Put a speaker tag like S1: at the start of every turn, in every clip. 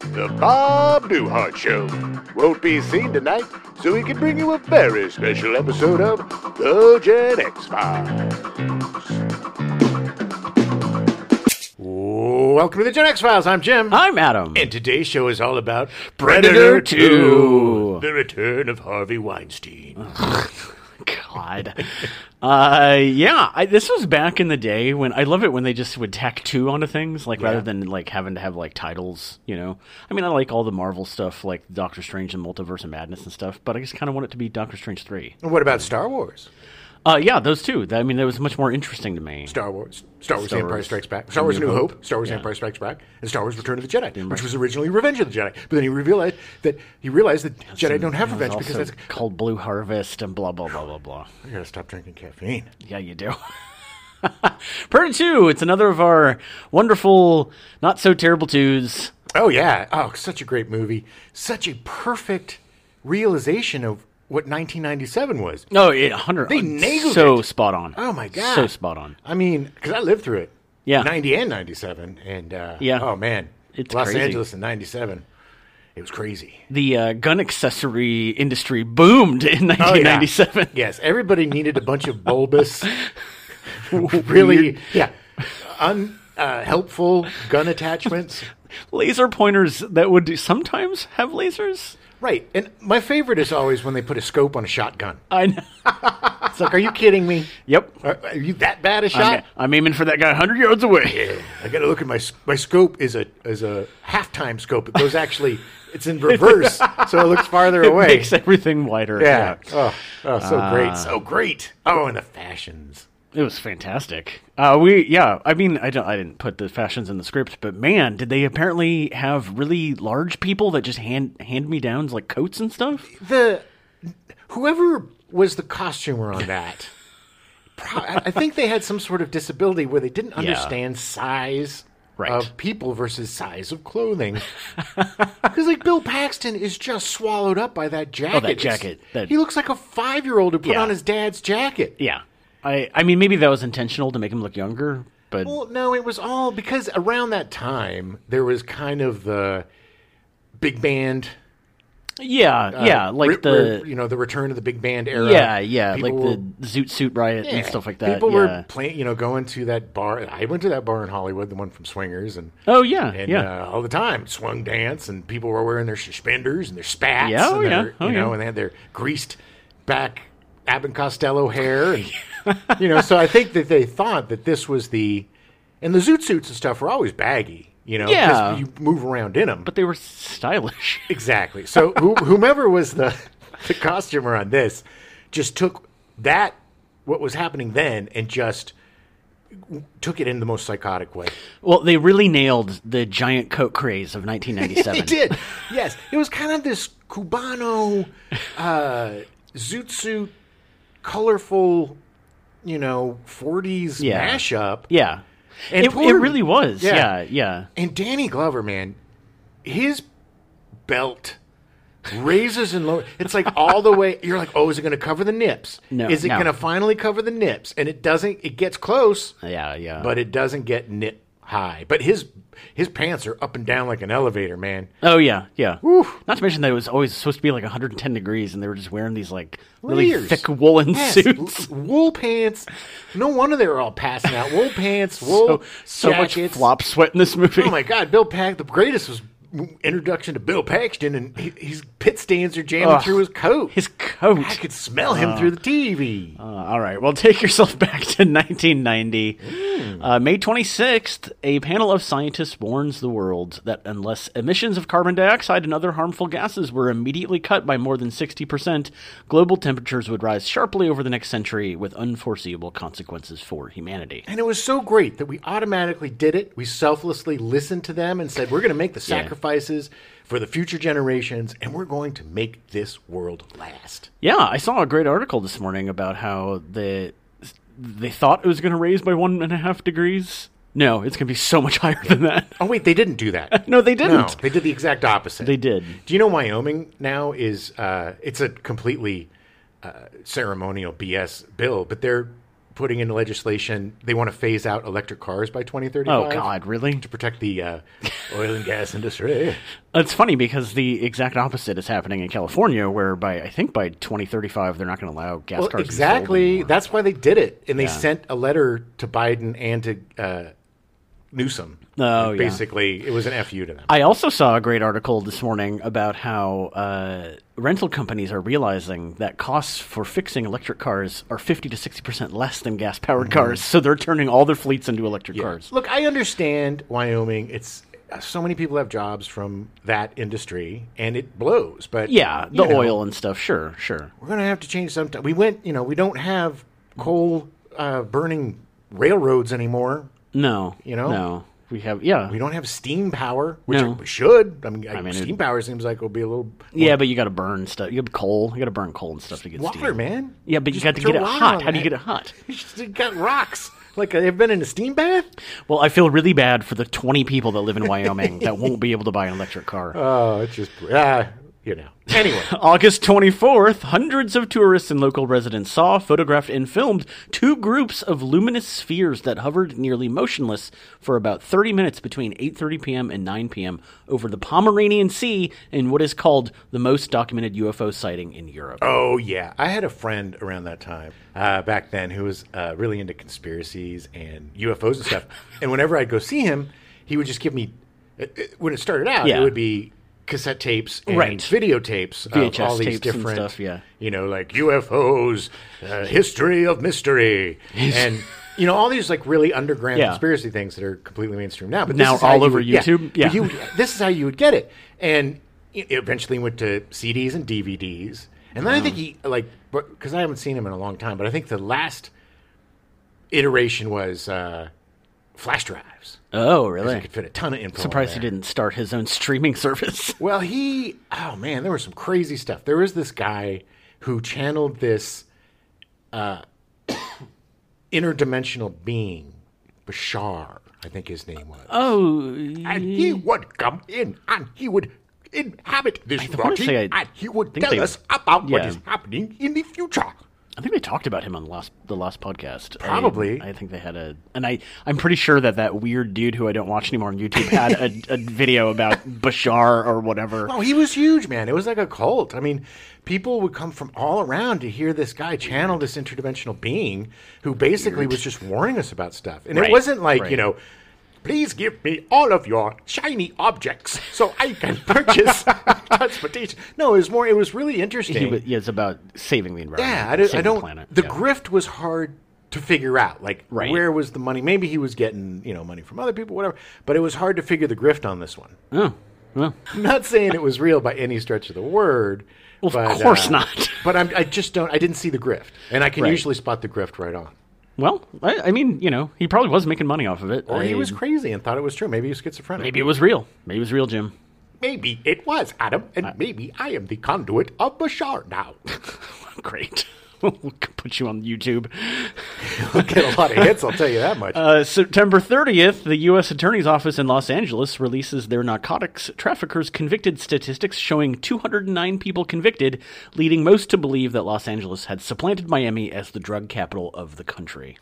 S1: the Bob Newhart Show. Won't be seen tonight, so we can bring you a very special episode of The Gen X Files. Welcome to The Gen X Files. I'm Jim.
S2: I'm Adam.
S1: And today's show is all about Predator
S2: Predator 2.
S1: 2 The Return of Harvey Weinstein.
S2: God. Uh, yeah, I, this was back in the day when I love it when they just would tack two onto things, like rather than like having to have like titles, you know. I mean, I like all the Marvel stuff, like Doctor Strange and Multiverse of Madness and stuff, but I just kind of want it to be Doctor Strange three.
S1: And what about Star Wars?
S2: Uh, yeah, those two. That- I mean, that was much more interesting to me.
S1: Star Wars, Star Wars:
S2: Star
S1: Empire
S2: Wars.
S1: Strikes Back, Star Wars:
S2: New
S1: New Hope,
S2: Hope.
S1: Star Wars:
S2: Yeah.
S1: Empire Strikes Back, and Star Wars: Return of the Jedi, which was originally Revenge of the Jedi. But then he realized that he realized that Jedi don't have
S2: It was
S1: revenge because
S2: also
S1: that's
S2: called Blue Harvest and blah blah blah blah blah.
S1: I gotta stop drinking caffeine.
S2: Yeah, you do. Predator two. It's another of our wonderful, not so terrible twos.
S1: Oh yeah, oh such a great movie, such a perfect realization of what 1997 was.
S2: No, it hundred.
S1: They nailed
S2: so
S1: it.
S2: spot on.
S1: Oh my god,
S2: so spot on.
S1: I mean, because I lived through it.
S2: Yeah.
S1: 90 and 97, and uh,
S2: Yeah.
S1: oh man,
S2: It's
S1: Los
S2: crazy.
S1: Angeles in 97. It was crazy.
S2: The uh, gun accessory industry boomed in
S1: Oh, yeah.
S2: 1997.
S1: Yes, everybody needed a bunch of bulbous, really, yeah, un, uh, helpful gun attachments.
S2: Laser pointers that would sometimes have lasers.
S1: Right, and my favorite is always when they put a scope on a shotgun.
S2: I know.
S1: It's like, are you kidding me?
S2: yep.
S1: Are, are you that bad a
S2: I'm,
S1: shot?
S2: I'm aiming for that guy 100 yards away.
S1: Yeah, I got to look at my s- my scope is a is a halftime scope. It goes actually, it's in reverse, so it looks farther
S2: It
S1: away.
S2: makes Ah. everything wider.
S1: yeah. Oh, oh, so great, so great. Oh, and the fashions.
S2: It was fantastic. Uh, we yeah, I mean, I don't, I didn't put the fashions in the script, but man, did they apparently have really large people that just hand hand me downs like coats and stuff?
S1: the whoever was the costumer on that pro- I I think they had some sort of disability where they didn't understand size
S2: Right.
S1: of people versus size of clothing. Because like Bill Paxton is just swallowed up by that jacket.
S2: Oh, that
S1: It's-
S2: jacket, that-
S1: He looks like a five year old who put
S2: Yeah.
S1: on his dad's jacket.
S2: Yeah. I I mean, maybe that was intentional to make him look younger, but
S1: Well, no, it was all because around that time there was kind of the big band.
S2: yeah, yeah,
S1: uh,
S2: like
S1: re-
S2: the
S1: re- you know the return of the big band era.
S2: yeah, yeah,
S1: People
S2: like
S1: were
S2: the Zoot Suit Riot and
S1: Yeah.
S2: stuff like that.
S1: People
S2: yeah.
S1: were playing, you know, going to that bar. I went to that bar in Hollywood, the one from Swingers, and
S2: oh yeah,
S1: and
S2: yeah.
S1: uh, all the time swung dance, and people were wearing their suspenders and their spats,
S2: Yeah, oh,
S1: and
S2: yeah.
S1: their,
S2: Oh,
S1: you know,
S2: yeah.
S1: and they had their greased back Abbott and Costello hair, and you know, so I think that they thought that this was the, and the zoot suits and stuff were always baggy, you know, 'cause
S2: Yeah.
S1: you move around in them,
S2: but they were stylish.
S1: Exactly. So who, whomever was the the costumer on this just took that what was happening then and just w- took it in the most psychotic way.
S2: well, they really nailed the giant coat craze of 1997.
S1: He did. Yes, it was kind of this Cubano uh, zoot suit, colorful, you know, '40s
S2: Yeah.
S1: mashup.
S2: Yeah.
S1: And
S2: it,
S1: poor-
S2: it really was.
S1: Yeah.
S2: Yeah, yeah.
S1: And Danny Glover, man, his belt raises and lowers. It's like all the way. You're like, oh, is it going to cover the nips?
S2: No,
S1: Is it
S2: no.
S1: going to finally cover the nips? And it doesn't. It gets close,
S2: Yeah, yeah.
S1: but it doesn't get nip high. But his his pants are up and down like an elevator, man.
S2: oh yeah, yeah. Not to mention that it was always supposed to be like 110 degrees, and they were just wearing these like really
S1: Layers.
S2: thick woolen
S1: Yes,
S2: suits.
S1: l- wool pants. No wonder they were all passing out. Wool pants, wool
S2: so much
S1: jackets.
S2: flop sweat in this movie.
S1: Oh my God, Bill Paxton. The greatest was introduction to Bill Paxton, and he, his pit stands are jamming
S2: Ugh.
S1: through his coat.
S2: His coat.
S1: I could smell him through the TV.
S2: Uh, all right. Well, take yourself back to 1990. Uh, May 26th, a panel of scientists warns the world that unless emissions of carbon dioxide and other harmful gases were immediately cut by more than 60%, global temperatures would rise sharply over the next century with unforeseeable consequences for humanity.
S1: And it was so great that we automatically did it. We selflessly listened to them and said, we're going to make the sacrifices for the future generations and we're going to make this world last.
S2: Yeah, I saw a great article this morning about how the they thought it was going to raise by one and a half degrees. No, it's going to be so much higher than that.
S1: Oh, wait, they didn't do that.
S2: No, they didn't.
S1: No, they did the exact opposite.
S2: They did.
S1: Do you know Wyoming now is, uh, it's a completely uh, ceremonial BS bill, but they're putting in legislation they want to phase out electric cars by 2035.
S2: Oh God, really?
S1: To protect the uh, oil and gas industry.
S2: It's funny because the exact opposite is happening in California, where by I think by 2035 they're not going to allow gas
S1: Well,
S2: cars. to be sold
S1: exactly.
S2: anymore.
S1: That's why they did it, and they sent a letter to Biden and to uh, Newsom.
S2: Oh, yeah.
S1: basically, it was an fu to them.
S2: I also saw a great article this morning about how uh, rental companies are realizing that costs for fixing electric cars are 50 to 60% less than gas powered
S1: Mm-hmm.
S2: cars. So they're turning all their fleets into electric cars.
S1: Look, I understand Wyoming. It's uh, so many people have jobs from that industry, and it blows. But
S2: Yeah, the
S1: you know,
S2: oil and stuff. Sure, sure.
S1: we're gonna have to change sometime. We went, you know, we don't have coal uh, burning railroads anymore.
S2: No.
S1: You know?
S2: No. We have, yeah.
S1: We don't have steam power, which
S2: No.
S1: we should. I mean, I
S2: mean,
S1: steam
S2: it-
S1: power seems like it'll be a little
S2: yeah, but you got to burn stuff. You got coal. You got to burn coal and stuff to get
S1: water,
S2: steam.
S1: man.
S2: Yeah, but
S1: Just
S2: you got to
S1: throw
S2: get it
S1: water
S2: hot.
S1: on
S2: How do you
S1: that.
S2: get it hot?
S1: You got rocks. Like they've been in a steam bath.
S2: Well, I feel really bad for the 20 people that live in Wyoming that won't be able to buy an electric car.
S1: Oh, it's just ah, you know. Anyway,
S2: Uh, August 24th, hundreds of tourists and local residents saw, photographed, and filmed two groups of luminous spheres that hovered nearly motionless for about 30 minutes between 8:30 p.m. and 9 p.m. over the Pomeranian Sea in what is called the most documented UFO sighting in Europe.
S1: oh yeah, I had a friend around that time uh, back then who was uh, really into conspiracies and UFOs and stuff. and whenever I'd go see him, he would just give me. it- it- When it started out,
S2: Yeah.
S1: it would be cassette tapes and
S2: Right.
S1: videotapes of
S2: VHS
S1: all these
S2: tapes and
S1: different
S2: stuff, yeah.
S1: you know, like UFOs, uh, history of mystery, and you know all these like really underground
S2: Yeah.
S1: conspiracy things that are completely mainstream now. But
S2: Now
S1: this is how
S2: all
S1: you
S2: over
S1: would- yeah.
S2: YouTube?
S1: But
S2: Yeah.
S1: you would- this is how you would get it, and e, it eventually went to CDs and DVDs, and then I
S2: Mm.
S1: think he like because I haven't seen him in a long time, but I think the last iteration was uh, flash drives.
S2: Oh,
S1: You
S2: really?
S1: could fit a ton of info. on
S2: Surprised he
S1: there.
S2: didn't start his own streaming service.
S1: Well, he, oh man, there was some crazy stuff. There was this guy who channeled this uh, interdimensional being, Bashar, I think his name was.
S2: Oh,
S1: and he would come in and he would inhabit this
S2: wanna
S1: body
S2: say I
S1: and he would
S2: think
S1: tell
S2: they-
S1: us about what
S2: yeah.
S1: is happening in the future.
S2: I think they talked about him on last the last podcast. I-
S1: Probably.
S2: I, think they had a, and I I'm pretty sure that that weird dude who I don't watch anymore on YouTube had a, a video about Bashar or whatever.
S1: No, Oh, he was huge, man. It was like a cult. I mean, people would come from all around to hear this guy channel this interdimensional being who basically was just warning us about stuff. And
S2: Right,
S1: it wasn't like, you
S2: right.
S1: know, please give me all of your shiny objects so I can purchase transportation. No, it was more, it was really interesting.
S2: He was, yeah, it's about saving the environment.
S1: yeah, I don't,
S2: saving
S1: I don't
S2: The planet.
S1: the
S2: yeah.
S1: grift was hard to figure out. Like,
S2: Right.
S1: where was the money? Maybe he was getting, you know, money from other people, whatever. But it was hard to figure the grift on this one.
S2: oh, well,
S1: I'm not saying it was real by any stretch of the word. Well,
S2: of course not.
S1: But I'm, I just don't. I didn't see the grift, and I can
S2: Right.
S1: usually spot the grift right on.
S2: well, I, I mean, you know, he probably was making money off of it.
S1: Or
S2: I-
S1: he was crazy and thought it was true. Maybe he was schizophrenic.
S2: Maybe it was real. Maybe it was real, Jim.
S1: Maybe it was Adam,
S2: Uh,
S1: and maybe I am the conduit of Bashar now.
S2: Great. We'll put you on YouTube.
S1: I'll get a lot of hits. I'll tell you that much.
S2: Uh, September 30th, the U.S. Attorney's Office in Los Angeles releases their narcotics traffickers convicted statistics showing 209 people convicted, leading most to believe that Los Angeles had supplanted Miami as the drug capital of the country.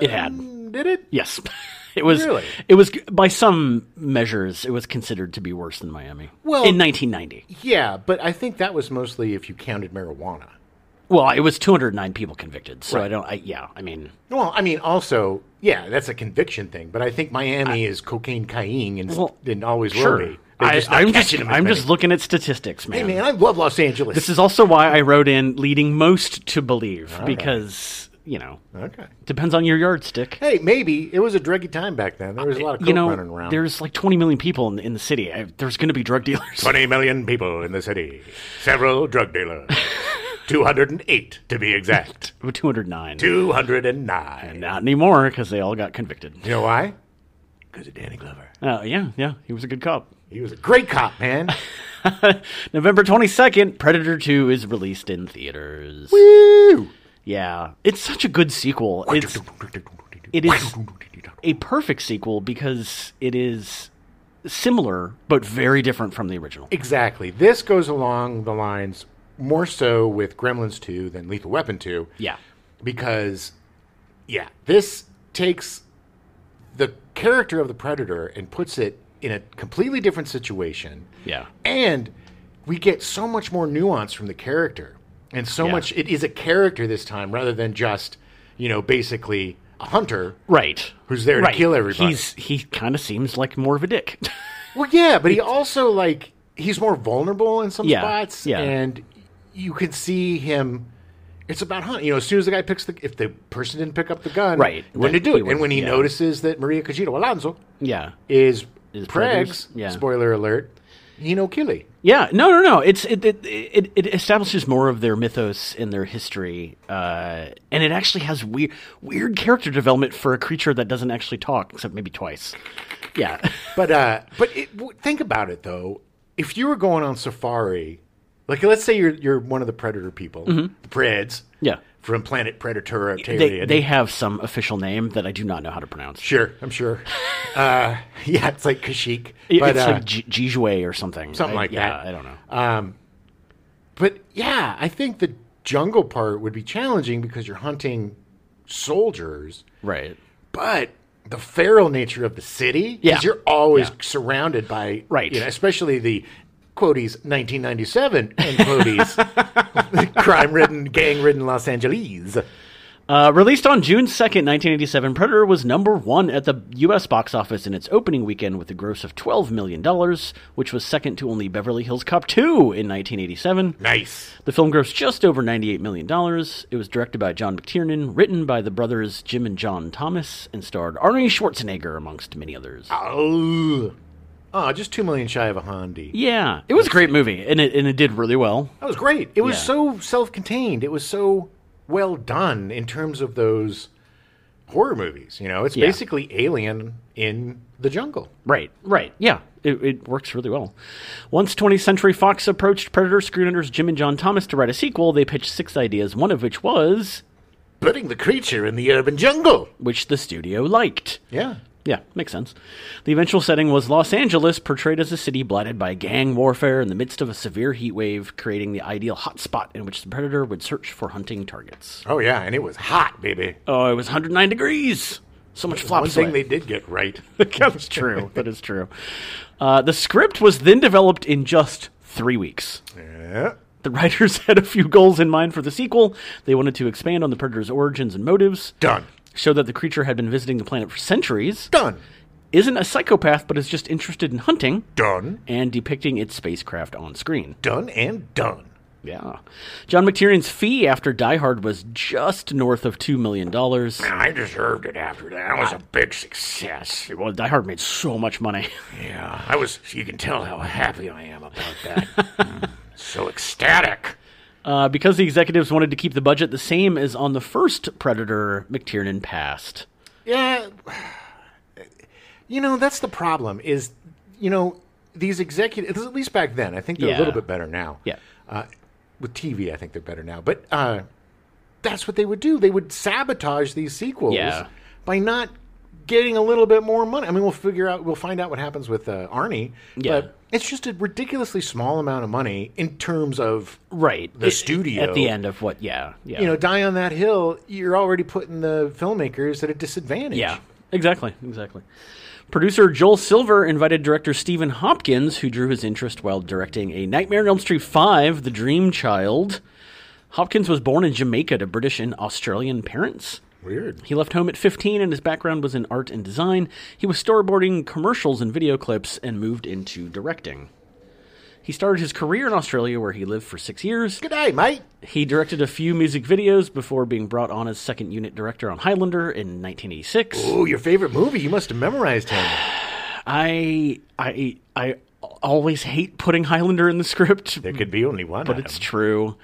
S2: it had.
S1: Um, Did it?
S2: Yes. It was
S1: Really?
S2: it was by some measures it was considered to be worse than Miami.
S1: Well-
S2: in 1990.
S1: Yeah, but I think that was mostly if you counted marijuana.
S2: Well, it was 209 people convicted. So I don't I yeah, I mean
S1: Well, I mean, also, yeah, that's a conviction thing. But I think Miami is cocaine, cayenne, and,
S2: Well,
S1: and always
S2: sure.
S1: will be. They're
S2: I,
S1: just not
S2: I'm just
S1: catching 'em as
S2: I'm
S1: many.
S2: just looking at statistics, man.
S1: Hey man, I love Los Angeles.
S2: This is also why I wrote in leading most to believe because, you know,
S1: okay.
S2: depends on your yardstick.
S1: Hey, maybe it was a druggy time back then. There was a lot of coke
S2: You know,
S1: running around.
S2: there's like 20 million people in, in the city. I, there's going to be drug dealers.
S1: twenty million people in the city, several drug dealers, two hundred and eight to be exact,
S2: 209.
S1: two hundred and nine.
S2: Not anymore because they all got convicted.
S1: You know why? Because of Danny Glover.
S2: Uh, yeah, yeah, he was a good cop.
S1: He was a great cop, man.
S2: November 22nd, Predator 2 is released in theaters.
S1: Woo!
S2: Yeah, it's such a good sequel. It's it is a perfect sequel because it is similar but very different from the original.
S1: Exactly. This goes along the lines more so with Gremlins 2 than Lethal Weapon 2.
S2: Yeah.
S1: because yeah, this takes the character of the predator and puts it in a completely different situation.
S2: Yeah.
S1: And we get so much more nuance from the character. And so
S2: Yeah.
S1: much it is a character this time rather than just, you know, basically a hunter
S2: Right.
S1: who's there
S2: Right.
S1: to kill everybody.
S2: He's he kind of seems like more of a dick.
S1: Well, yeah, but he also like he's more vulnerable in some
S2: Yeah,
S1: spots,
S2: yeah.
S1: and you can see him. It's about hunt. You know, as soon as the guy picks the, if the person didn't pick up the gun,
S2: Right,
S1: when
S2: then
S1: to do
S2: he
S1: it,
S2: would-
S1: and when he
S2: yeah.
S1: notices that Maria Cajito Alonso
S2: yeah.
S1: is,
S2: Is preggers,
S1: pregs,
S2: yeah.
S1: spoiler alert, he no killie.
S2: Yeah, no, no, no. It's it it, it it establishes more of their mythos and their history, uh, and it actually has weird weird character development for a creature that doesn't actually talk except maybe twice. Yeah,
S1: But uh, but it, w- think about it though. If you were going on safari, like let's say you're you're one of the predator people, the Preds,
S2: Mm-hmm. Yeah.
S1: from planet Predatora.
S2: they they have some official name that I do not know how to pronounce.
S1: Sure, I'm sure. uh, yeah, it's like Kashik.
S2: It-
S1: But,
S2: it's
S1: uh,
S2: like G- Jijue or something.
S1: Something
S2: I-
S1: like
S2: yeah,
S1: that. Uh,
S2: I don't know.
S1: but yeah, I think the jungle part would be challenging because you're hunting soldiers,
S2: right.
S1: but the feral nature of the city, 'cause
S2: Yeah.
S1: you're always
S2: Yeah.
S1: surrounded by,
S2: Right.
S1: you know, especially the quotes 1997 and quotes crime-ridden, gang-ridden Los Angeles.
S2: Uh, released on June 2nd, 1987, Predator was number one at the U.S. box office in its opening weekend with a gross of $12 million, which was second to only Beverly Hills Cop 2 in 1987.
S1: Nice.
S2: The film grossed just over $98 million. It was directed by John McTiernan, written by the brothers Jim and John Thomas, and starred Arnie Schwarzenegger, amongst many others.
S1: Oh, oh, just two million shy of a Hondi.
S2: Yeah, it was a great movie, and it, and it did really well.
S1: That was great. It was
S2: Yeah.
S1: so self-contained. It was so well done in terms of those horror movies. You know, it's
S2: Yeah.
S1: basically Alien in the jungle.
S2: Right, right. Yeah, it, it works really well. Once 20th Century Fox approached Predator screenwriters Jim and John Thomas to write a sequel, they pitched six ideas, one of which was,
S1: Putting the creature in the urban jungle.
S2: which the studio liked.
S1: Yeah.
S2: Yeah, makes sense. The eventual setting was Los Angeles, portrayed as a city blighted by gang warfare in the midst of a severe heat wave, creating the ideal hotspot in which the Predator would search for hunting targets.
S1: Oh yeah, and it was hot, baby.
S2: Oh, it was 109 degrees! So much flop
S1: One
S2: sweat.
S1: thing they did get right.
S2: That's true. That is true. Uh, the script was then developed in just three weeks.
S1: yeah.
S2: The writers had a few goals in mind for the sequel. They wanted to expand on the Predator's origins and motives,
S1: Done.
S2: show that the creature had been visiting the planet for centuries,
S1: Done.
S2: isn't a psychopath but is just interested in hunting,
S1: Done.
S2: and depicting its spacecraft on screen.
S1: Done and done.
S2: Yeah. John McTiernan's fee after Die Hard was just north of $2 million.
S1: I deserved it after that. That was a big success.
S2: Well, Die Hard made so much money.
S1: Yeah. I was you can tell how happy I am about that. Mm, so ecstatic.
S2: Uh, because the executives wanted to keep the budget the same as on the first Predator, McTiernan passed.
S1: Yeah. You know, that's the problem is, you know, these executives, at least back then, I think they're a
S2: Yeah.
S1: little bit better now.
S2: Yeah.
S1: Uh, with TV, I think they're better now. But uh, that's what they would do. They would sabotage these sequels
S2: Yeah.
S1: by not getting a little bit more money. I mean, we'll figure out, we'll find out what happens with uh, Arnie.
S2: Yeah.
S1: But it's just a ridiculously small amount of money in terms of,
S2: Right.
S1: The
S2: I-
S1: studio.
S2: At the end of what, yeah. yeah.
S1: you know, die on that hill, you're already putting the filmmakers at a disadvantage.
S2: Yeah, exactly, exactly. Producer Joel Silver invited director Stephen Hopkins, who drew his interest while directing A Nightmare on Elm Street 5, The Dream Child. Hopkins was born in Jamaica to British and Australian parents.
S1: Weird.
S2: He left home at 15 and his background was in art and design. He was storyboarding commercials and video clips and moved into directing. He started his career in Australia where he lived for six years.
S1: Good day, mate.
S2: He directed a few music videos before being brought on as second unit director on Highlander in 1986.
S1: Oh, your favorite movie? You must have memorized him.
S2: I I I always hate putting Highlander in the script,
S1: There could be only one.
S2: but it's true.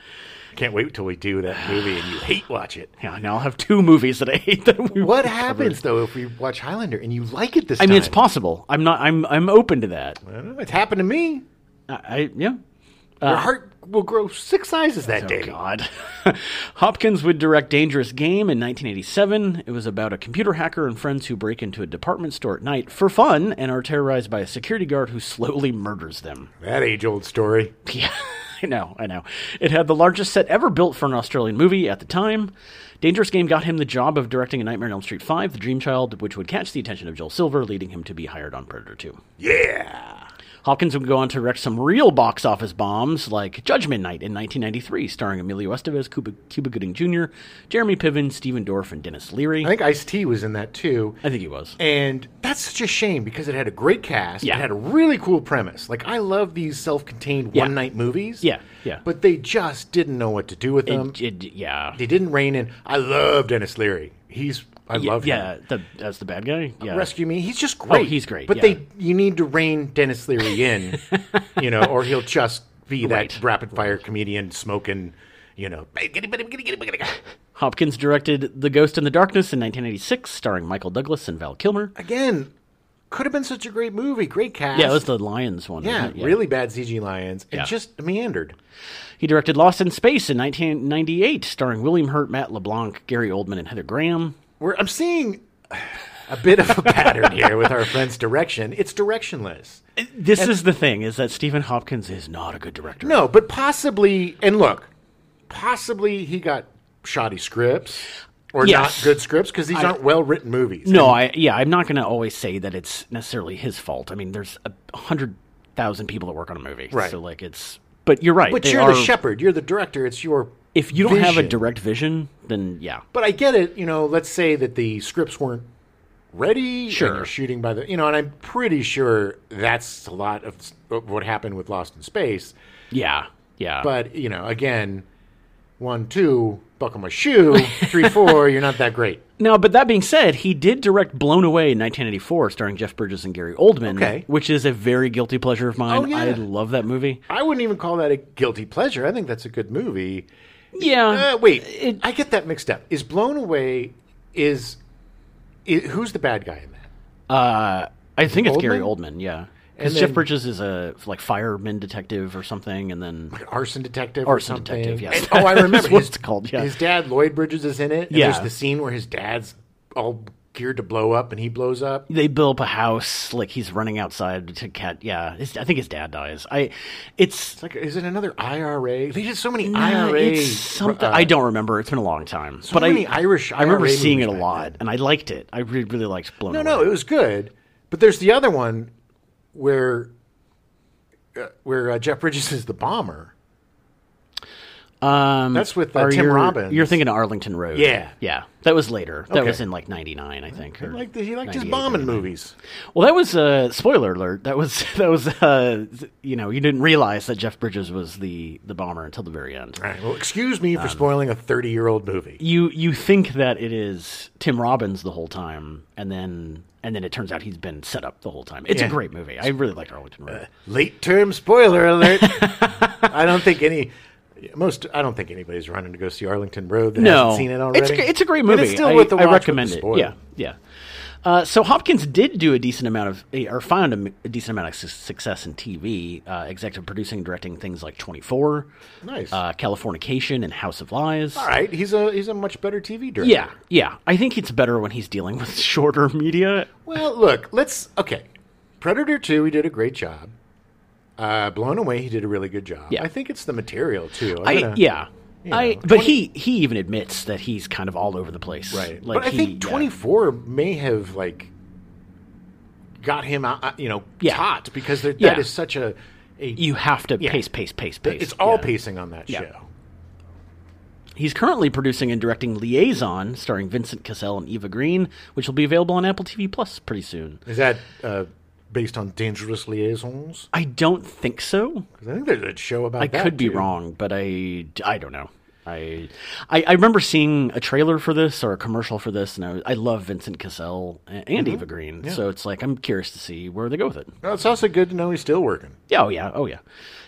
S1: Can't wait till we do that movie and you hate watch it.
S2: Yeah, now I'll have two movies that I hate that we
S1: What happens though if we watch Highlander and you like it this
S2: I
S1: time?
S2: mean, it's possible. I'm not. I'm. I'm open to that.
S1: I don't know, it's happened to me.
S2: I, I yeah.
S1: your heart will grow six sizes that day.
S2: Uh. Oh, God. Hopkins would direct Dangerous Game in 1987. It was about a computer hacker and friends who break into a department store at night for fun and are terrorized by a security guard who slowly murders them.
S1: That age-old story.
S2: Yeah, I know, I know. It had the largest set ever built for an Australian movie at the time. Dangerous Game got him the job of directing A Nightmare on Elm Street 5, The Dream Child, which would catch the attention of Joel Silver, leading him to be hired on Predator 2.
S1: Yeah.
S2: Hopkins would go on to direct some real box office bombs like Judgment Night in 1993, starring Emilio Estevez, Cuba, Cuba Gooding Jr., Jeremy Piven, Stephen Dorff, and Dennis Leary.
S1: I think Ice T was in that too.
S2: I think he was.
S1: And that's such a shame because it had a great cast.
S2: Yeah.
S1: It had a really cool premise. Like I love these self-contained
S2: Yeah.
S1: one-night movies.
S2: Yeah, yeah.
S1: But they just didn't know what to do with them.
S2: It- it- yeah.
S1: they didn't rein in. I love Dennis Leary. He's I
S2: yeah,
S1: love him. Uh,
S2: yeah, the, as the bad guy. Yeah,
S1: Rescue Me. He's just great.
S2: he's great,
S1: But
S2: yeah.
S1: they you need to rein Dennis Leary in, you know, or he'll just be
S2: Right.
S1: that rapid fire comedian smoking, you know.
S2: Hopkins directed The Ghost in the Darkness in 1986, starring Michael Douglas and Val Kilmer.
S1: Again, could have been such a great movie, great cast.
S2: Yeah, it was the Lions one.
S1: Yeah,
S2: wasn't it?
S1: really bad CG lions. It
S2: Yeah.
S1: just meandered.
S2: He directed Lost in Space in 1998, starring William Hurt, Matt LeBlanc, Gary Oldman, and Heather Graham.
S1: We're, I'm seeing a bit of a pattern here with our friend's direction. It's directionless.
S2: Uh, This is the thing: is that Stephen Hopkins is not a good director.
S1: No, but possibly, and look, possibly he got shoddy scripts or not
S2: Yes.
S1: good scripts because these aren't well written movies.
S2: No, I yeah, I'm not going to always say that it's necessarily his fault. I mean, there's a hundred thousand people that work on a movie,
S1: Right.
S2: So like, it's but you're right.
S1: But
S2: they
S1: you're
S2: are,
S1: the shepherd. You're the director. It's your.
S2: if you don't have a
S1: vision.
S2: direct vision, then yeah,
S1: But I get it. You know, let's say that the scripts weren't ready. and
S2: Sure.
S1: you're shooting by the. You know, and I'm pretty sure that's a lot of s- of what happened with Lost in Space.
S2: yeah, yeah.
S1: But you know, again, one, two, buckle my shoe. Three, four, you're not that great.
S2: Now, but that being said, he did direct Blown Away in 1984, starring Jeff Bridges and Gary Oldman,
S1: Okay.
S2: which is a very guilty pleasure of mine.
S1: Oh, yeah.
S2: I love that movie.
S1: I wouldn't even call that a guilty pleasure. I think that's a good movie.
S2: Yeah.
S1: Uh, wait,
S2: Um, It-
S1: I get that mixed up. Is Blown Away? Is, i who's the bad guy in that?
S2: Uh, I think it's Gary
S1: Oldman?
S2: Oldman, yeah. Because
S1: And
S2: Jeff
S1: then-
S2: Bridges is a like fireman detective or something, and then
S1: Arson detective.
S2: Arson
S1: or something.
S2: detective, yes.
S1: And- oh, I
S2: That's
S1: remember
S2: what
S1: his,
S2: it's called, yeah.
S1: His dad Lloyd Bridges is in it. and
S2: Yeah.
S1: there's the scene where his dad's all geared to blow up and he blows up.
S2: they build up a house. Like he's running outside to cat. Yeah, his, I think his dad dies. I, it's,
S1: It's like, is it another IRA? They did so many
S2: uh,
S1: IRA.
S2: it's something
S1: uh,
S2: I don't remember. It's been a long time,
S1: so
S2: but
S1: many
S2: I
S1: Irish.
S2: I remember
S1: IRA
S2: seeing it a
S1: movies back
S2: lot, and I liked it. I really, really liked Blown
S1: No,
S2: Away.
S1: no, it was good. But there's the other one where uh, where uh, Jeff Bridges is the bomber.
S2: Um,
S1: That's with, uh,
S2: or
S1: Tim
S2: you're-
S1: Robbins.
S2: You're thinking of Arlington Road.
S1: Yeah.
S2: yeah. That was later. That
S1: Okay.
S2: was in like '99, I think. or
S1: Like the, he liked his
S2: 98,
S1: bombing movies.
S2: Well, that was uh, spoiler alert. That was that was uh, you know you didn't realize that Jeff Bridges was the the bomber until the very end.
S1: All right. Well, excuse me for
S2: Um,
S1: spoiling a 30 year old movie.
S2: You you think that it is Tim Robbins the whole time, and then and then it turns out he's been set up the whole time. It's a
S1: Yeah. Uh,
S2: great movie. I really liked Arlington Road.
S1: Late term spoiler alert. I don't think any. Most, I don't think anybody's running to go see Arlington Road that hasn't seen it already.
S2: It's, it's a great
S1: But
S2: movie.
S1: It's still
S2: I,
S1: worth the
S2: I
S1: watch with the
S2: recommend it.
S1: spoiler.
S2: Yeah, yeah. Uh, so Hopkins did do a decent amount of, eh, or found a, m- a decent amount of su- success in TV, uh, executive producing, and directing things like Twenty Four,
S1: Nice.
S2: uh, Californication, and House of Lies.
S1: All right. He's a he's a much better TV director.
S2: Yeah, yeah. I think it's better when he's dealing with shorter media.
S1: Well, look, let's okay. Predator Two, he did a great job. Uh, Blown Away, he did a really good job.
S2: Yeah.
S1: I think it's the material too. I'm
S2: I
S1: gonna-
S2: yeah. I
S1: know,
S2: but he he even admits that he's kind of all over the place.
S1: right.
S2: Like
S1: but I
S2: he-
S1: think
S2: yeah.
S1: twenty four may have like got him out, uh, you know,
S2: Yeah.
S1: taut because there,
S2: Yeah.
S1: that is such a, a
S2: You have to pace, pace, pace, pace.
S1: it's all
S2: yeah.
S1: pacing on that
S2: Yeah.
S1: show.
S2: He's currently producing and directing Liaison, starring Vincent Cassell and Eva Green, which will be available on Apple TV Plus pretty soon.
S1: Is that uh, based on Dangerous Liaisons?
S2: I don't think so.
S1: Because I think there's a show about.
S2: I
S1: that,
S2: could be
S1: too.
S2: wrong, but I, I don't know. I, I I remember seeing a trailer for this or a commercial for this, and I, was- I love Vincent Cassell and, and
S1: Mm-hmm.
S2: Eva Green, so it's like I'm curious to see where they go with it.
S1: No, it's also good to know he's still working.
S2: Yeah, oh yeah, oh yeah.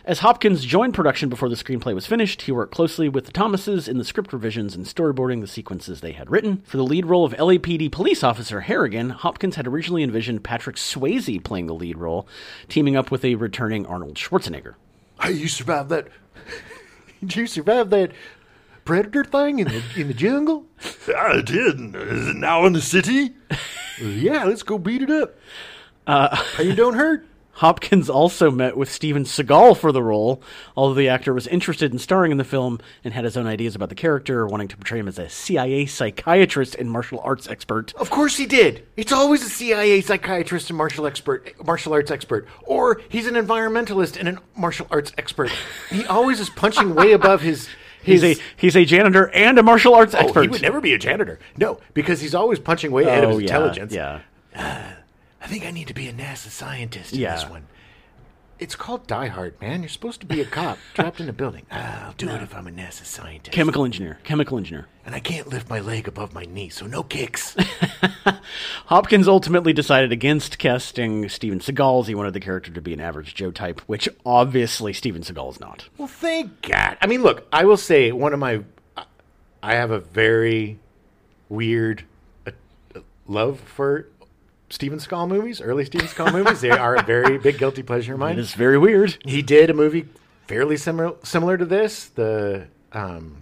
S2: As Hopkins joined production before the screenplay was finished, he worked closely with the Thomases in the script revisions and storyboarding the sequences they had written. For the lead role of LAPD police officer Harrigan, Hopkins had originally envisioned Patrick Swayze playing the lead role, teaming up with a returning Arnold Schwarzenegger.
S1: Hey, you survived that? Did you survive that predator thing in the in the jungle? I did. Is it now in the city? yeah, let's go beat it up. Uh, How you don't hurt?
S2: Hopkins also met with Steven Seagal for the role, although the actor was interested in starring in the film and had his own ideas about the character, wanting to portray him as a CIA psychiatrist and martial arts expert.
S1: Of course he did. It's always a CIA psychiatrist and martial expert, martial arts expert, or he's an environmentalist and a martial arts expert. He always is punching way above his. his
S2: He's a he's a janitor and a martial arts
S1: oh,
S2: expert.
S1: he would never be a janitor. No, because he's always punching way ahead of his
S2: Oh, yeah,
S1: intelligence.
S2: Yeah.
S1: I think I need to be a NASA scientist in
S2: Yeah.
S1: this one. It's called Die Hard, man. You're supposed to be a cop trapped in a building. Ah, I'll do it if I'm a NASA scientist.
S2: Chemical engineer. Chemical engineer.
S1: and I can't lift my leg above my knee, so no kicks.
S2: Hopkins ultimately decided against casting Steven Seagal as he wanted the character to be an average Joe type, which obviously Steven Seagal is not.
S1: well, thank God. I mean, look, I will say one of my. I have a very weird uh, uh, love for Steven Seagal movies, early Steven Seagal movies. They are a very big guilty pleasure of mine.
S2: It is very weird.
S1: He did a movie fairly similar similar to this, the um,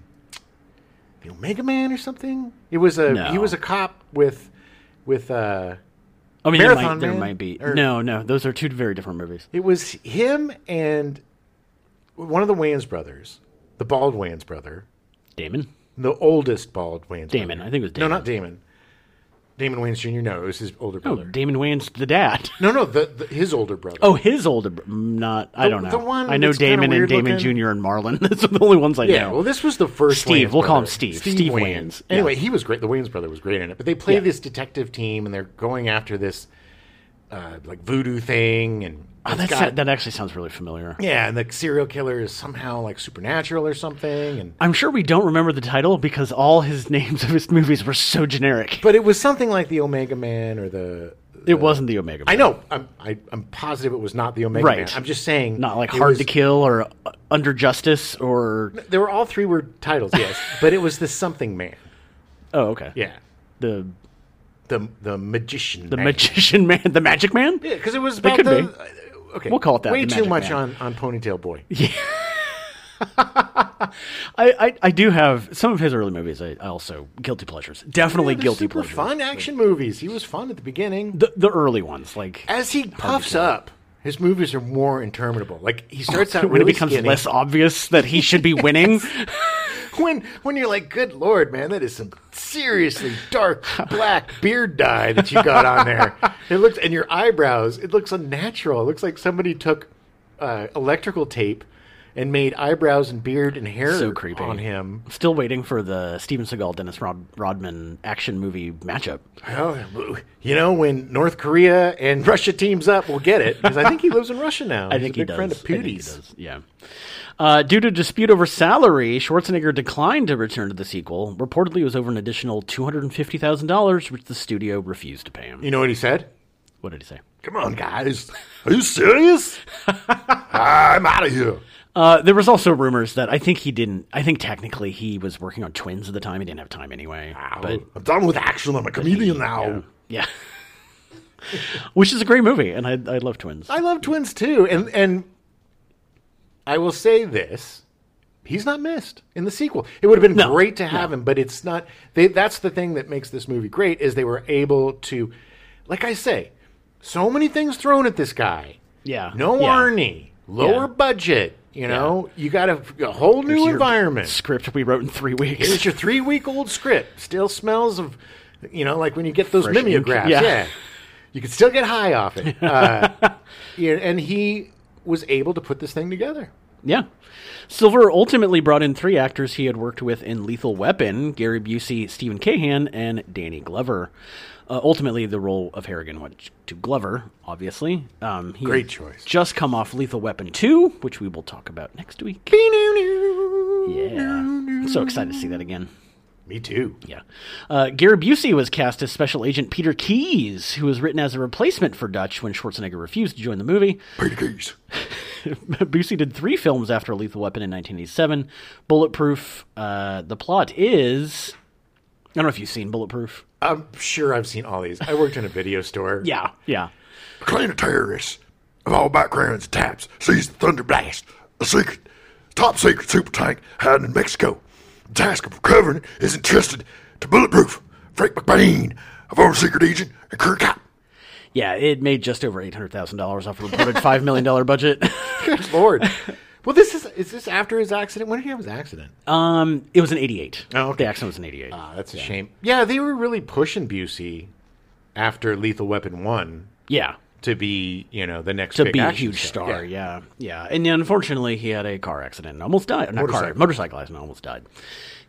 S1: the Omega Man or something. It was a
S2: No.
S1: he was a cop with with uh,
S2: I mean, there might,
S1: Marathon
S2: there
S1: Man,
S2: might be.
S1: or-
S2: no, no, those are two very different movies.
S1: it was him and one of the Wayans brothers, the bald Wayans brother,
S2: Damon.
S1: the oldest bald Wayans.
S2: Damon. I
S1: brother.
S2: think it was
S1: no,
S2: Damon.
S1: not Damon. Damon Wayans Jr. No, it was his older
S2: Oh,
S1: brother.
S2: Damon Wayans, the dad.
S1: no, no, the, the his older brother.
S2: Oh, his older. br- Not. I don't know.
S1: the one
S2: I know
S1: that's kinda
S2: Damon and
S1: weird
S2: Damon
S1: looking.
S2: Jr. and Marlon. Those are the only ones I
S1: Yeah,
S2: know.
S1: well, this was the first
S2: Steve.
S1: Wayans
S2: We'll call him
S1: brother.
S2: Steve. Steve Wayans. Yeah.
S1: Anyway, he was great. The Wayans brother was great in it. But they play
S2: Yeah.
S1: this detective team, and they're going after this uh, like voodoo thing, and
S2: Oh,
S1: it's
S2: that's,
S1: got-
S2: that actually sounds really familiar.
S1: yeah, and the serial killer is somehow like supernatural or something, and
S2: I'm sure we don't remember the title because all his names of his movies were so generic.
S1: but it was something like the Omega Man or the.
S2: It wasn't the Omega.
S1: I
S2: Man.
S1: know. I'm I, I'm positive it was not the Omega Man.
S2: Right.
S1: I'm just saying.
S2: Not like
S1: it
S2: Hard
S1: was-
S2: to Kill or uh, Under Justice or
S1: There were all three word titles, yes, but it was the Something Man.
S2: oh okay
S1: Yeah,
S2: the
S1: the the Magician.
S2: the Magician Man the Magic Man
S1: Yeah, because it was about
S2: could
S1: the.
S2: be.
S1: uh, Okay,
S2: We'll call it that,
S1: Way
S2: the
S1: too
S2: Magic
S1: much
S2: Man.
S1: on, on Ponytail Boy.
S2: I, I I do have some of his early movies I, I also guilty pleasures definitely
S1: They're
S2: guilty
S1: super
S2: pleasures
S1: fun action movies. He was fun at the beginning.
S2: the the early ones like
S1: As he puffs up, his movies are more interminable. Like he starts out
S2: Oh, when
S1: really
S2: it becomes
S1: skinny.
S2: less obvious that he should be winning
S1: When when you're like, good lord, man, that is some seriously dark black beard dye that you got on there. It looks and your eyebrows. It looks unnatural. It looks like somebody took uh, electrical tape and made eyebrows and beard and hair
S2: So creepy.
S1: on him.
S2: I'm still waiting for the Steven Seagal Dennis Rod- Rodman action movie matchup
S1: Well, Oh, you know, when North Korea and Russia teams up, we'll get it because I think he lives in Russia now.
S2: I think,
S1: He's a big friend of
S2: he does. I think he
S1: Putin's.
S2: does. Yeah. Uh, due to dispute over salary, Schwarzenegger declined to return to the sequel. Reportedly, it was over an additional two hundred and fifty thousand dollars, which the studio refused to pay him.
S1: You know what he said?
S2: What did he say?
S1: Come on, guys. Are you serious? I'm out of here.
S2: Uh, there was also rumors that I think he didn't. I think technically he was working on Twins at the time. He didn't have time anyway. But
S1: I'm done with action. I'm a comedian now.
S2: yeah, which is a great movie, and I I love Twins.
S1: I love twins too, and and I will say this: he's not missed in the sequel. It would have been great to have him, but it's not. They, that's the thing that makes this movie great is they were able to, like I say, so many things thrown at this guy.
S2: Yeah.
S1: no
S2: Yeah.
S1: Arnie, lower
S2: Yeah.
S1: budget. You know, you got a, a whole new
S2: Your
S1: environment.
S2: script we wrote in three weeks.
S1: Here's your three week old script. Still smells of, you know, like when you get those
S2: Fresh ink.
S1: mimeographs.
S2: Yeah.
S1: Yeah. You can still get high off it. Uh, yeah, and he was able to put this thing together.
S2: Yeah. Silver ultimately brought in three actors he had worked with in Lethal Weapon Gary Busey, Stephen Cahan, and Danny Glover. Uh, ultimately, the role of Harrigan went to Glover, obviously. Um, he
S1: Great
S2: had
S1: choice.
S2: Just come off Lethal Weapon 2, which we will talk about next week. Yeah. I'm so excited to see that again.
S1: Me too.
S2: Yeah. Uh, Gary Busey was cast as Special Agent Peter Keys, who was written as a replacement for Dutch when Schwarzenegger refused to join the movie.
S1: Peace.
S2: Busey did three films after Lethal Weapon in 1987. Bulletproof. Uh, the plot is. I don't know if you've seen Bulletproof.
S1: I'm sure I've seen all these. I worked in a video store.
S2: Yeah, yeah.
S3: clan of terrorists of all backgrounds and types sees the Thunder Blast, a secret, top secret super tank hiding in Mexico. The task of recovering it is entrusted to Bulletproof Frank McBain, a former secret agent and career cop.
S2: Yeah, it made just over eight hundred thousand dollars off a reported five million dollar budget.
S1: Good lord. Well, this is is this after his accident? When did he have his accident?
S2: um, it was an eighty-eight.
S1: Oh, okay.
S2: The accident was an eighty-eight.
S1: Ah, that's a shame. Yeah, they were really pushing Busey after Lethal Weapon One
S2: yeah,
S1: to be, you know, the next
S2: to
S1: big
S2: be a
S1: action
S2: huge
S1: star.
S2: star. Yeah. yeah, And unfortunately, he had a car accident and almost died. Not car,
S1: Motorcycle.
S2: motorcycle accident, almost died.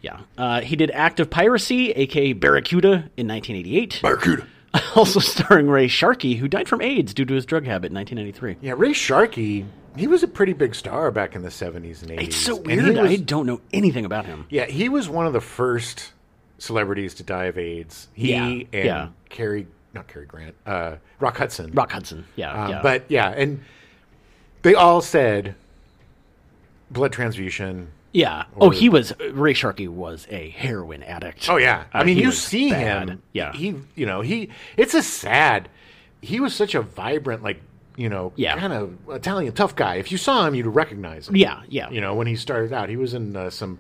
S2: Yeah, uh, he did active piracy, aka Barracuda, in 1988.
S3: Barracuda.
S2: also starring Ray Sharkey, who died from AIDS due to his drug habit in 1993.
S1: Yeah, Ray Sharkey, he was a pretty big star back in the seventies and eighties.
S2: It's so weird. I don't know anything about him.
S1: yeah, he was one of the first celebrities to die of AIDS. He
S2: Yeah,
S1: and
S2: yeah.
S1: Cary, not Cary Grant, uh, Rock Hudson.
S2: Rock Hudson. Yeah,
S1: Um,
S2: yeah.
S1: But yeah, and they all said blood transfusion.
S2: yeah. Oh, he was Ray Sharkey was a heroin addict.
S1: Oh yeah, I
S2: Uh,
S1: mean
S2: he
S1: you
S2: was
S1: see
S2: bad.
S1: him.
S2: Yeah.
S1: he you know he. It's a sad. He was such a vibrant, like you know,
S2: Yeah.
S1: kind of Italian tough guy. If you saw him, you'd recognize him.
S2: yeah, yeah.
S1: you know when he started out, he was in uh, some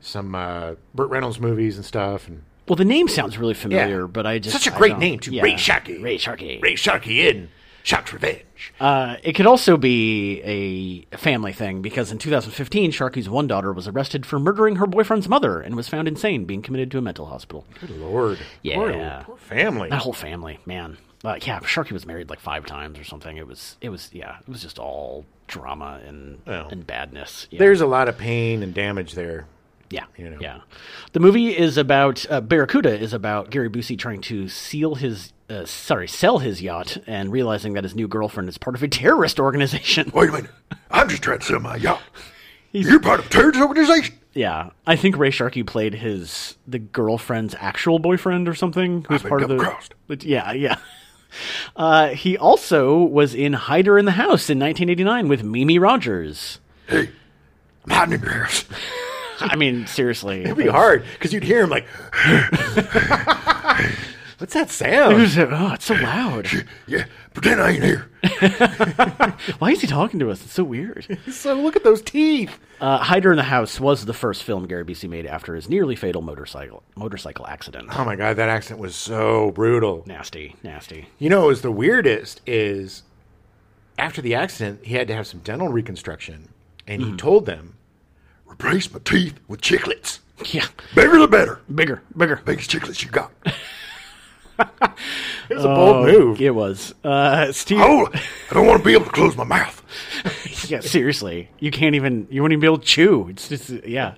S1: some uh, Burt Reynolds movies and stuff, and
S2: Well, the name sounds really familiar, but I just
S1: such a
S2: I
S1: great
S2: don't-
S1: name too.
S2: yeah.
S1: Ray Sharkey.
S2: Ray Sharkey.
S1: Ray Sharkey in Shark's Revenge.
S2: Uh, it could also be a family thing because in 2015, Sharkey's one daughter was arrested for murdering her boyfriend's mother and was found insane, being committed to a mental hospital.
S1: Good lord.
S2: Yeah.
S1: Poor, poor family.
S2: That whole family, man. Uh, yeah, Sharkey was married like five times or something. It was, it was, yeah, it was just all drama and
S1: Well.
S2: and badness. Yeah.
S1: There's a lot of pain and damage there.
S2: Yeah,
S1: You know.
S2: yeah. The movie is about uh, Barracuda is about Gary Busey trying to seal his, uh, sorry, sell his yacht and realizing that his new girlfriend is part of a terrorist organization.
S3: Wait a minute. I'm just trying to sell my yacht. You're part of a terrorist organization.
S2: yeah, I think Ray Sharkey played his the girlfriend's actual boyfriend or something, who's
S3: been
S2: part of the.
S3: double-crossed.
S2: the- Yeah, yeah. Uh, he also was in Hider in the House in 1989 with Mimi Rogers.
S3: Hey, I'm hiding in your house.
S2: I mean, seriously,
S1: It'd be hard because you'd hear him like, "What's that sound?"
S2: Oh, it's so loud.
S3: Yeah, pretend I ain't here.
S2: Why is he talking to us? It's so weird.
S1: So look at those teeth.
S2: Uh, Hider in the House was the first film Gary Busey made after his nearly fatal motorcycle motorcycle accident.
S1: Oh my god, that accent was so brutal.
S2: Nasty, nasty.
S1: You know, what was the weirdest is after the accident, he had to have some dental reconstruction, and he told them,
S3: Replace my teeth with chiclets.
S2: Yeah,
S3: Bigger the better.
S2: bigger, bigger.
S3: Biggest chiclets you got.
S1: "It
S2: Oh,
S1: was a bold move."
S2: It was uh, Steve.
S3: Oh, I don't want to be able to close my mouth.
S2: Yeah, seriously, you can't even you won't even be able to chew. It's just yeah.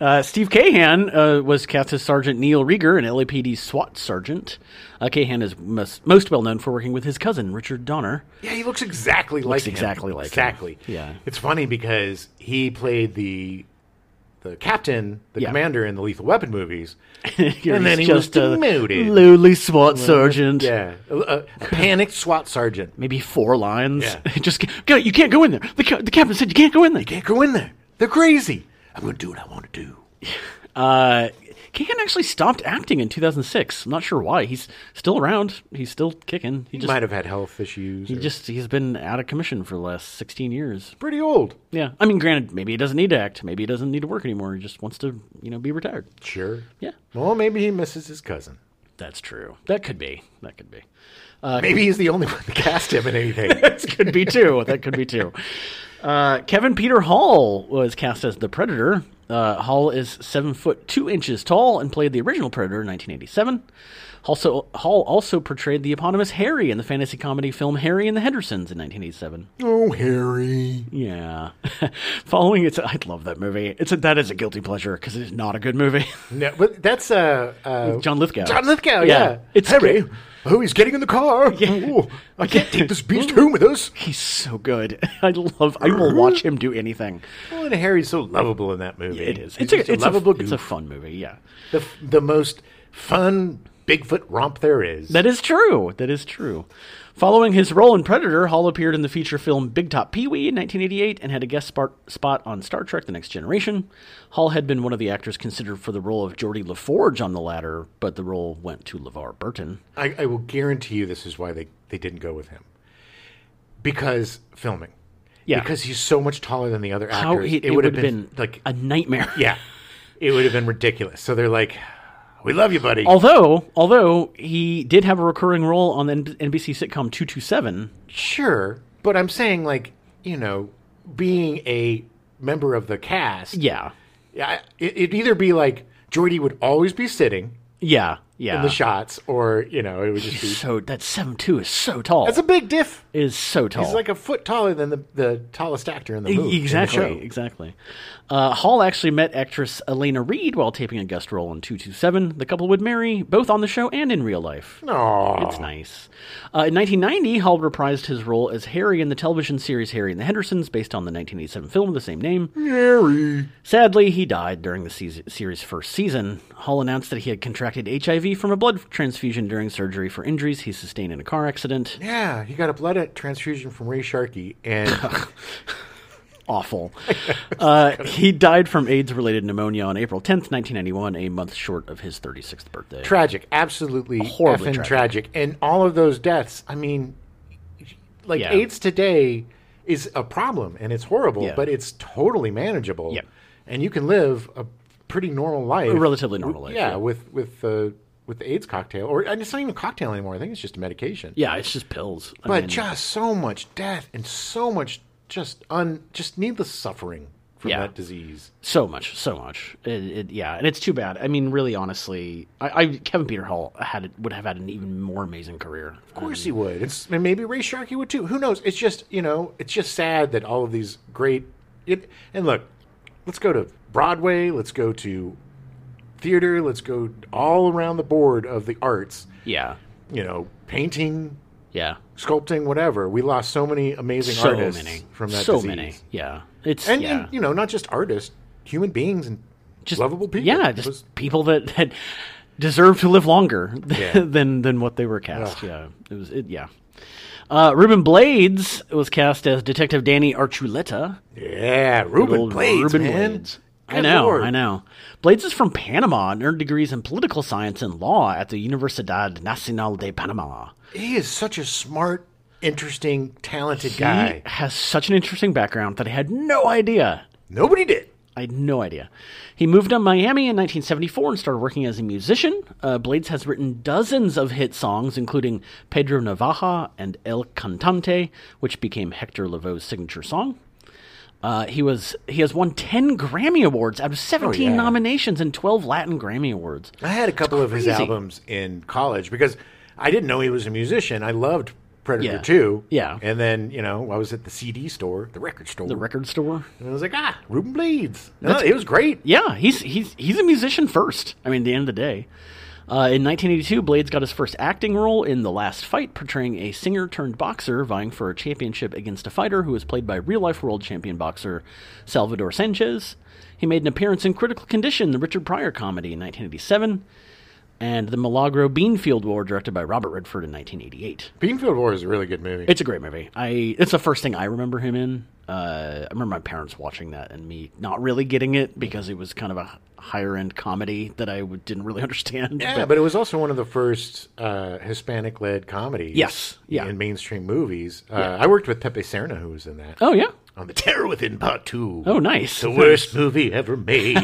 S2: Uh, Steve Cahan uh, was cast as Sergeant Neil Rieger, an LAPD SWAT sergeant. Uh, Cahan is most, most well known for working with his cousin Richard Donner.
S1: Yeah, he looks exactly like him.
S2: exactly like him.
S1: exactly.
S2: Yeah.
S1: it's funny because he played the the captain, the
S2: Yeah.
S1: commander in the Lethal Weapon movies,
S2: He's
S1: then he was demoted.
S2: a lowly SWAT sergeant.
S1: yeah, a, a- a panicked SWAT sergeant.
S2: Maybe four lines.
S1: Yeah.
S2: Just go, you can't go in there. The, ca- the captain said you can't go in there.
S1: Can't go in there. They're crazy.
S3: I'm going to do what I want to do.
S2: Uh, Kahan actually stopped acting in 2006. I'm not sure why. He's still around. He's still kicking. He
S1: He
S2: just
S1: might have had health issues.
S2: he just he's been out of commission for the last 16 years.
S1: pretty old.
S2: Yeah. I mean, granted, maybe he doesn't need to act. Maybe he doesn't need to work anymore. He just wants to, you know, be retired.
S1: Sure.
S2: Yeah.
S1: Well, maybe he misses his cousin.
S2: That's true. That could be. That could be. Uh,
S1: Maybe he's the only one that cast him in anything.
S2: That could be too. That could be too. Uh, Kevin Peter Hall was cast as the Predator. Uh, Hall is seven foot two inches tall and played the original Predator in 1987. Also, Hall also portrayed the eponymous Harry in the fantasy comedy film Harry and the Hendersons in 1987.
S1: oh, Harry.
S2: Yeah, following it's I love that movie. It's a, that is a guilty pleasure because it is not a good movie.
S1: No, but that's uh, uh
S2: John Lithgow.
S1: John Lithgow. Yeah.
S2: it's
S1: Harry. Oh, he's getting in the car. Oh, I can't take this beast home with us.
S2: He's so good. I love. I will watch him do anything.
S1: Oh, and Harry's so lovable in that movie.
S2: It is.
S1: He's
S2: It's a,
S1: just
S2: it's, a,
S1: lovable
S2: it's
S1: goof.
S2: a fun movie. Yeah.
S1: the f- the most fun Bigfoot romp there is.
S2: That is true. That is true. Following his role in Predator, Hall appeared in the feature film Big Top Pee Wee in 1988 and had a guest spot, spot on Star Trek The Next Generation. Hall had been one of the actors considered for the role of Geordie LaForge on the latter, but the role went to LeVar Burton.
S1: I, I will guarantee you this is why they, they didn't go with him. Because filming.
S2: Yeah.
S1: Because he's so much taller than the other actors.
S2: How he, it, would have been,
S1: like
S2: a nightmare.
S1: yeah. It would have been ridiculous. So they're like, We love you, buddy.
S2: Although, although he did have a recurring role on the N- NBC sitcom 227.
S1: Sure, but I'm saying like you know, being a member of the cast.
S2: Yeah.
S1: Yeah, it, it'd either be like Jordy would always be sitting
S2: Yeah. Yeah.
S1: in the shots, or you know, it would just be.
S2: So that seven two is so tall.
S1: That's a big diff.
S2: is so tall.
S1: He's like a foot taller than the, the tallest actor in the
S2: E-
S1: movie. in the
S2: Exactly,
S1: show.
S2: exactly. Uh, Hall actually met actress Elena Reed while taping a guest role in 227. The couple would marry, both on the show and in real life.
S1: Aw.
S2: It's nice. Uh, in 1990, Hall reprised his role as Harry in the television series Harry and the Hendersons, based on the 1987 film of the same name.
S3: Gary.
S2: Sadly, he died during the seas series' first season. Hall announced that he had contracted HIV from a blood transfusion during surgery for injuries he sustained in a car accident.
S1: Yeah, he got a blood transfusion from Ray Sharkey, and
S2: awful. uh, he died from AIDS related pneumonia on April 10th, 1991, a month short of his 36th birthday.
S1: tragic, absolutely
S2: Horribly
S1: effing
S2: tragic.
S1: tragic. And all of those deaths, I mean, like
S2: Yeah.
S1: AIDS today is a problem and it's horrible,
S2: Yeah.
S1: but it's totally manageable.
S2: Yep.
S1: And you can live a pretty normal life.
S2: A relatively normal life.
S1: yeah, with with uh, with the AIDS cocktail, or and it's not even a cocktail anymore. I think it's just a medication.
S2: Yeah, it's just pills. I
S1: but
S2: mean,
S1: just so much death and so much just un just needless suffering from
S2: Yeah.
S1: that disease.
S2: so much, so much. It, it, yeah, and it's too bad. I mean, really, honestly, I, I Kevin Peter Hall had would have had an even more amazing career.
S1: Of course he would. It's and maybe Ray Sharkey would too. Who knows? It's just you know, it's just sad that all of these great. It, and look, let's go to Broadway. Let's go to theater. Let's go all around the board of the arts.
S2: Yeah,
S1: You know, painting,
S2: yeah.
S1: sculpting, whatever. We lost so many amazing
S2: So
S1: artists
S2: many
S1: from that
S2: So
S1: disease.
S2: many. Yeah, it's
S1: and,
S2: yeah.
S1: and, you know, not just artists, human beings and
S2: just
S1: lovable people.
S2: Yeah,
S1: It
S2: just
S1: was-
S2: people that, that deserve to live longer
S1: Yeah.
S2: than than what they were cast. Yeah, it was. It, yeah, uh, Ruben Blades was cast as Detective Danny Archuleta.
S1: yeah, Ruben
S2: Old
S1: Blades,
S2: Reuben
S1: man.
S2: I
S1: Good
S2: know,
S1: Lord.
S2: I know. Blades is from Panama and earned degrees in political science and law at the Universidad Nacional de Panama.
S1: He is such a smart, interesting, talented
S2: He
S1: guy.
S2: has such an interesting background that I had no idea
S1: Nobody did.
S2: I had no idea. He moved to Miami in 1974 and started working as a musician. Uh, Blades has written dozens of hit songs, including Pedro Navaja and El Cantante, which became Hector Lavoe's signature song. Uh, he was he has won 10 Grammy awards out of 17
S1: yeah.
S2: nominations and 12 Latin Grammy awards.
S1: I had a couple of his
S2: crazy.
S1: albums in college because I didn't know he was a musician. I loved Predator
S2: Yeah.
S1: 2.
S2: Yeah.
S1: And then, you know, I was at the CD store, the record store.
S2: The record store.
S1: and I was like, ah, Ruben Blades. No, it was great.
S2: Yeah, he's he's he's a musician first. I mean, at the end of the day. Uh, in 1982, Blades got his first acting role in The Last Fight, portraying a singer turned boxer vying for a championship against a fighter who was played by real life world champion boxer Salvador Sanchez. He made an appearance in Critical Condition, the Richard Pryor comedy, in 1987, and The Milagro Beanfield War, directed by Robert Redford, in 1988.
S1: Beanfield War is a really good movie.
S2: It's a great movie. I it's the first thing I remember him in. Uh, I remember my parents watching that and me not really getting it because it was kind of a higher end comedy that I w- didn't really understand.
S1: yeah, but it was also one of the first uh, Hispanic led comedies
S2: Yes, yeah.
S1: in mainstream movies. Uh, I worked with Pepe Serna, who was in that.
S2: oh yeah.
S1: on The Terror Within Part 2.
S2: Oh nice.
S1: The worst movie ever made.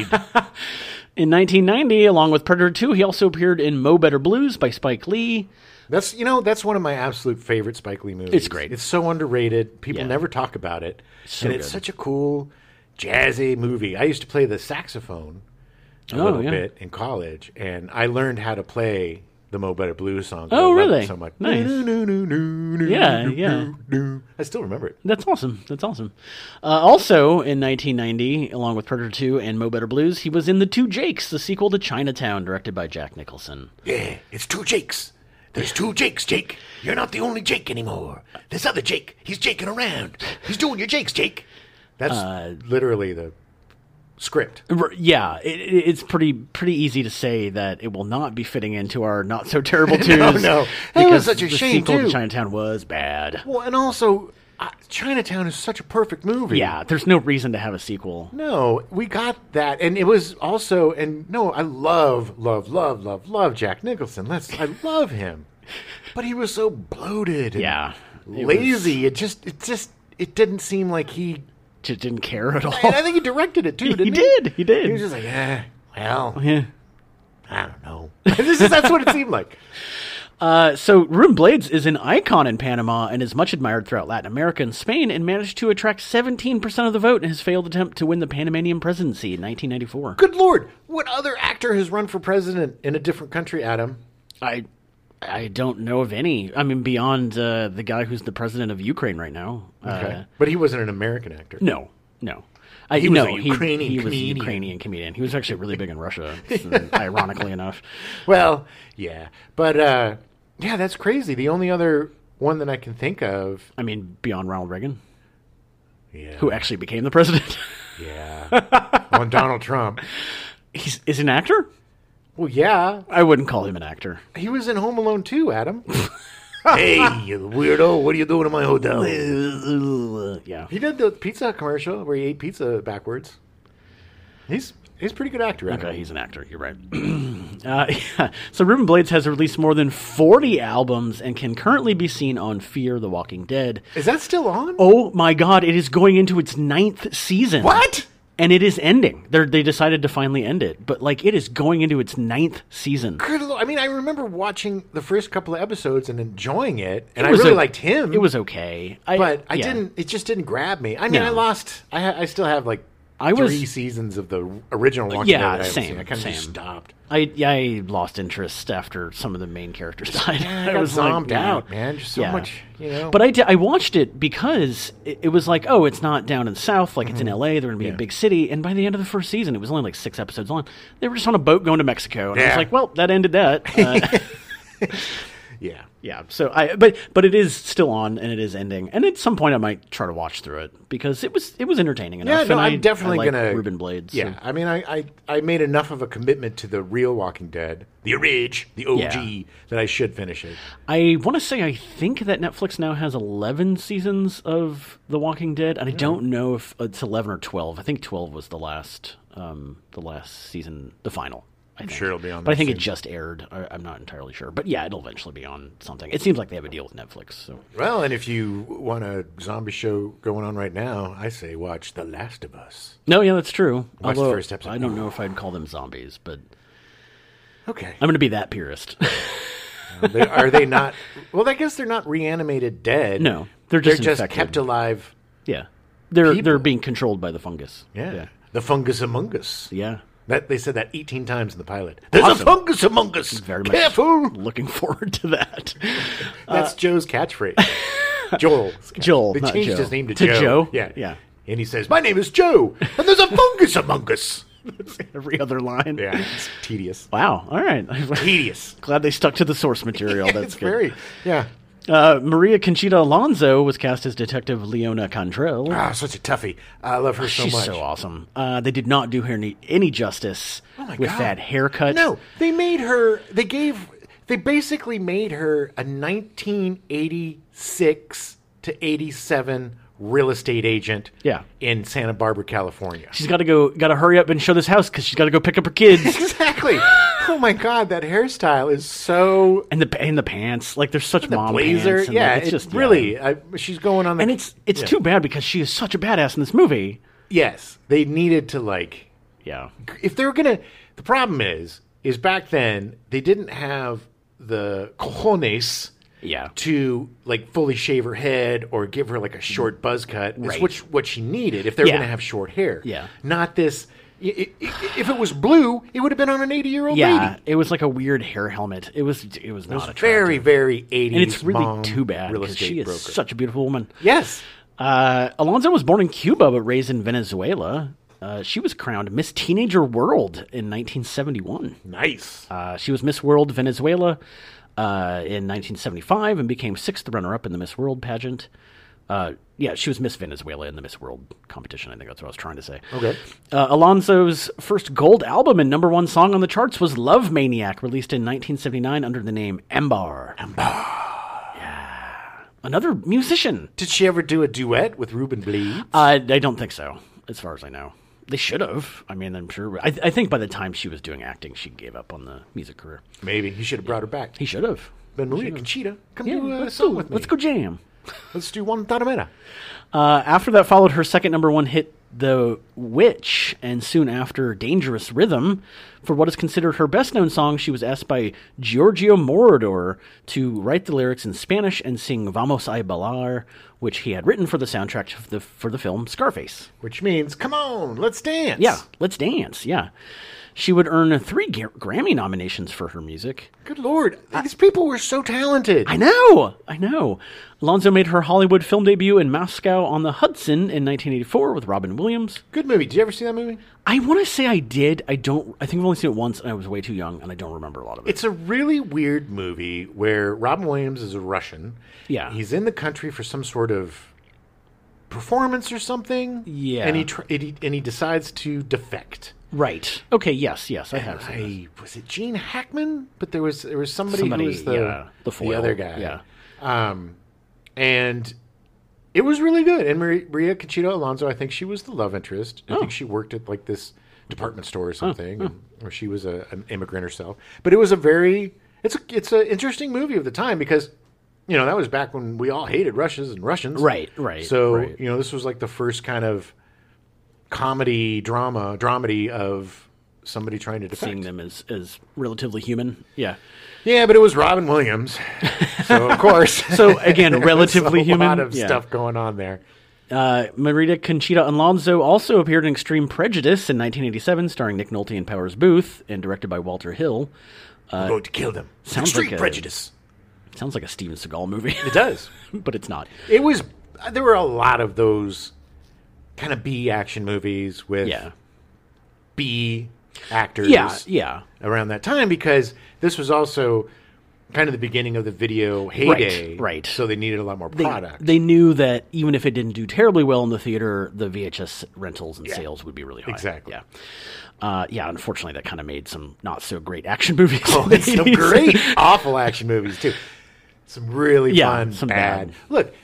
S2: In 1990, along with Predator 2, he also appeared in Mo Better Blues by Spike Lee.
S1: that's you know that's one of my absolute favorite Spike Lee movies.
S2: It's great.
S1: It's so underrated. People
S2: Yeah.
S1: never talk about it, and it's
S2: good.
S1: such a cool jazzy movie. I used to play the saxophone a
S2: Oh,
S1: little
S2: yeah.
S1: bit in college, and I learned how to play the Mo Better Blues song. 'cause I
S2: Oh,
S1: loved
S2: really?
S1: It so much.
S2: Nice. Yeah, yeah.
S1: I still remember it.
S2: That's awesome. That's awesome. Uh, also in 1990, along with Predator 2 and Mo Better Blues, he was in The Two Jakes, the sequel to Chinatown, directed by Jack Nicholson.
S1: Yeah, it's two Jakes. There's two Jakes, Jake. You're not the only Jake anymore. This other Jake, he's jaking around. He's doing your Jakes, Jake. That's
S2: Uh,
S1: literally the script.
S2: R- Yeah, it, it- it's pretty pretty easy to say that it will not be fitting into our not so terrible twos.
S1: no. That
S2: because
S1: was such a
S2: the
S1: shame,
S2: sequel to
S1: too.
S2: Chinatown was bad.
S1: Well, and also, uh, Chinatown is such a perfect movie.
S2: Yeah, there's no reason to have a sequel.
S1: No, we got that, and it was also, and no, I love, love, love, love, love Jack Nicholson. Let's, I love him, but he was so bloated. And
S2: Yeah, it
S1: lazy. It just, it just, it didn't seem like he.
S2: Just didn't care at
S1: And I
S2: all.
S1: think he directed it too. Didn't
S2: He
S1: he,
S2: did, he did.
S1: He was just like, eh, well,
S2: Yeah.
S1: I don't know. this is, that's what it seemed like.
S2: Uh, so Ruben Blades is an icon in Panama and is much admired throughout Latin America and Spain, and managed to attract 17% of the vote in his failed attempt to win the Panamanian presidency in 1994.
S1: Good lord, what other actor has run for president in a different country, Adam?
S2: I I don't know of any. I mean, beyond uh, the guy who's the president of Ukraine right now.
S1: Okay.
S2: Uh,
S1: but he wasn't an American actor.
S2: no, no. I,
S1: was
S2: no,
S1: a Ukrainian
S2: he, he was a
S1: comedian.
S2: Ukrainian comedian. He was actually really big in Russia, ironically enough.
S1: Well, yeah, but uh, yeah, that's crazy. The only other one that I can think of,
S2: I mean, beyond Ronald Reagan,
S1: yeah,
S2: who actually became the president.
S1: yeah, on Donald Trump.
S2: He's is an actor.
S1: Well, yeah,
S2: I wouldn't call him an actor.
S1: he was in Home Alone too, Adam. hey, you weirdo! What are you doing in my hotel?
S2: yeah.
S1: He did the pizza commercial where he ate pizza backwards. He's he's a pretty good actor. Adam.
S2: Okay, he's an actor. You're right. uh, yeah. So Ruben Blades has released more than 40 albums and can currently be seen on Fear the Walking Dead.
S1: Is that still on?
S2: Oh my God! It is going into its ninth season.
S1: What?
S2: And it is ending. They're, they decided to finally end it, but like it is going into its ninth season.
S1: Good lord. I mean, I remember watching the first couple of episodes and enjoying it, and
S2: It
S1: I
S2: was
S1: really
S2: o-
S1: liked him.
S2: It was okay, I,
S1: but I
S2: yeah.
S1: didn't. It just didn't grab me. I mean,
S2: No.
S1: I lost. I ha- I still have like
S2: I was-
S1: three seasons of the original Walking
S2: Yeah,
S1: Dead. that I haven't
S2: same,
S1: seen. I kind of just
S2: same.
S1: stopped.
S2: I yeah, I lost interest after some of the main characters died.
S1: I got zombed out, man. Just so much, you know.
S2: But I di- I watched it because it, it was like, oh, it's not down in the south, like it's
S1: Mm-hmm.
S2: in L.A. They're going to be a big city. And by the end of the first season, it was only like six episodes long. They were just on a boat going to Mexico, and I was
S1: Yeah.
S2: like, well, that ended that. Uh,
S1: yeah,
S2: yeah. So I, but but it is still on, and it is ending. And at some point, I might try to watch through it because it was it was entertaining enough.
S1: yeah. No,
S2: and I-
S1: I'm definitely
S2: I like
S1: gonna
S2: Ruben Blades. so-
S1: Yeah, I mean, I, I I made enough of a commitment to the real Walking Dead, the Ridge, the OG,
S2: Yeah.
S1: that I should finish it.
S2: I want to say I think that Netflix now has 11 seasons of The Walking Dead, and I don't know if it's 11 or 12. I think 12 was the last um, the last season, the final. I think.
S1: sure it'll be on
S2: But I
S1: there
S2: think it
S1: soon.
S2: just aired. I, I'm not entirely sure, but yeah, it'll eventually be on something. It seems like they have a deal with Netflix. So
S1: Well, and if you want a zombie show going on right now, I say watch The Last of Us.
S2: no, yeah, that's true.
S1: Watch the
S2: Although,
S1: first episode.
S2: I don't know if I'd call them zombies, but
S1: Okay,
S2: I'm going to be that purist.
S1: They- are they not? Well, I guess they're not reanimated dead.
S2: No, they're just
S1: they're just
S2: infected.
S1: kept alive.
S2: yeah, they're they're
S1: People.
S2: being controlled by the fungus.
S1: Yeah. the fungus among us.
S2: yeah.
S1: That they said that 18 times in the pilot. There's a fungus among us.
S2: Very much
S1: Careful.
S2: looking forward to that.
S1: That's Joe's catchphrase. Joel.
S2: Uh, Joel,
S1: They
S2: not
S1: changed
S2: Joe.
S1: his name to,
S2: To
S1: Joe.
S2: Joe?
S1: Yeah,
S2: Yeah.
S1: And he says, "My name is Joe, and there's a fungus among us."
S2: Every other line.
S1: Yeah, it's tedious.
S2: Wow. All right.
S1: Tedious.
S2: Glad they stuck to the source material. That's
S1: it's
S2: good.
S1: very yeah.
S2: Uh, Maria Conchita Alonso was cast as Detective Leona Cantrell.
S1: Ah, such a toughie. I love her so
S2: She's
S1: much.
S2: so awesome. Uh, they did not do her any, any justice
S1: Oh my
S2: with
S1: God.
S2: that haircut.
S1: No, they made her. They gave. They basically made her a 1986 to 87 real estate agent.
S2: Yeah.
S1: In Santa Barbara, California.
S2: She's got to go. Got to hurry up and show this house because she's got to go pick up her kids.
S1: exactly. oh my God, that hairstyle is so.
S2: and the and the pants. Like there's such
S1: The
S2: mom
S1: blazer,
S2: pants. and,
S1: yeah,
S2: like, it's just yeah.
S1: really. I, she's going on the.
S2: And it's it's
S1: Yeah.
S2: too bad because she is such a badass in this movie.
S1: yes. They needed to like
S2: Yeah.
S1: if they were gonna the problem is is back then they didn't have the cojones
S2: Yeah.
S1: to like fully shave her head or give her like a short buzz cut
S2: Right.
S1: it's which what she needed if they were
S2: Yeah.
S1: gonna have short hair
S2: Yeah.
S1: not this i- i- i- if it was blue it would have been on an 80 year old
S2: Yeah.
S1: lady
S2: It was like a weird hair helmet. It was it was not attractive.
S1: very very 80s
S2: And it's really
S1: mom
S2: too bad
S1: real
S2: because
S1: estate
S2: she is
S1: broker
S2: such a beautiful woman.
S1: yes
S2: Uh, Alonso was born in Cuba but raised in Venezuela. Uh, she was crowned Miss Teenager World in 1971.
S1: nice
S2: Uh, she was Miss World Venezuela uh, in 1975 and became sixth runner-up in the Miss World pageant. Uh, yeah, she was Miss Venezuela in the Miss World competition. I think that's what I was trying to say.
S1: Okay.
S2: Uh, Alonso's first gold album and number one song on the charts was "Love Maniac," released in 1979 under the name Ambar. Ambar. Yeah. Another musician.
S1: did she ever do a duet with Ruben Blades
S2: Uh, I don't think so, as far as I know. They should have. I mean, I'm sure. I, I think by the time she was doing acting, she gave up on the music career.
S1: maybe he should have brought her back
S2: He should have.
S1: then Maria Conchita come do a
S2: let's,
S1: uh, song
S2: go,
S1: with me
S2: let's go jam.
S1: let's do one Taramera.
S2: Uh, after that followed her second number one hit, The Witch, and soon after, Dangerous Rhythm, For what is considered her best known song, she was asked by Giorgio Moroder to write the lyrics in Spanish and sing Vamos a Bailar, which he had written for the soundtrack of the, for the film Scarface.
S1: which means come on, let's dance.
S2: Yeah, let's dance. Yeah. She would earn three Gra- Grammy nominations for her music.
S1: Good lord, these people were so talented.
S2: I know, I know. Alonzo made her Hollywood film debut in Moscow on the Hudson in 1984 with Robin Williams.
S1: Good movie. Did you ever see that movie?
S2: I want to say I did. I don't. I think I've only seen it once, and I was way too young, and I don't remember a lot of it.
S1: It's a really weird movie where Robin Williams is a Russian.
S2: Yeah.
S1: He's in the country for some sort of performance or something.
S2: Yeah.
S1: And he, tr- and he and he decides to defect.
S2: right. Okay. Yes. Yes. I have. Seen it.
S1: I was it Gene Hackman, but there was there was somebody,
S2: Somebody,
S1: who was the
S2: yeah, the
S1: the,
S2: foil,
S1: other guy.
S2: yeah.
S1: Um, and it was really good. And Maria, Maria Conchita Alonso, I think she was the love interest. I
S2: Oh.
S1: think she worked at like this department store or something, and- or she was a, an immigrant herself. But it was a very it's a, it's an interesting movie of the time because you know that was back when we all hated Russians and Russians,
S2: Right, right,
S1: So
S2: right.
S1: you know this was like the first kind of comedy drama dramedy of somebody trying to defect.
S2: Seeing them as as relatively human. Yeah.
S1: Yeah, but it was Robin Williams, so of course.
S2: So again, relatively
S1: a
S2: human.
S1: lot of
S2: yeah.
S1: stuff going on there.
S2: Uh, Marita Conchita Alonso also appeared in Extreme Prejudice in 1987, starring Nick Nolte and Powers Booth, and directed by Walter Hill.
S1: I'm going to kill them.
S2: sounds
S1: Extreme
S2: like a-
S1: prejudice.
S2: Sounds like a Steven Seagal movie,
S1: It does.
S2: but it's not.
S1: It was. uh, There were a lot of those kind of B action movies with
S2: Yeah.
S1: B actors.
S2: Yeah. Yeah.
S1: Around that time, because this was also kind of the beginning of the video heyday.
S2: right.
S1: So they needed a lot more
S2: they-
S1: product.
S2: They knew that even if it didn't do terribly well in the theater, the VHS rentals and sales would be really high.
S1: Exactly.
S2: Yeah. Uh, yeah. Unfortunately, that kind of made some not so great action movies.
S1: Oh, it's some great, awful action movies too. Some really
S2: Yeah,
S1: fun,
S2: some
S1: bad.
S2: bad.
S1: Look,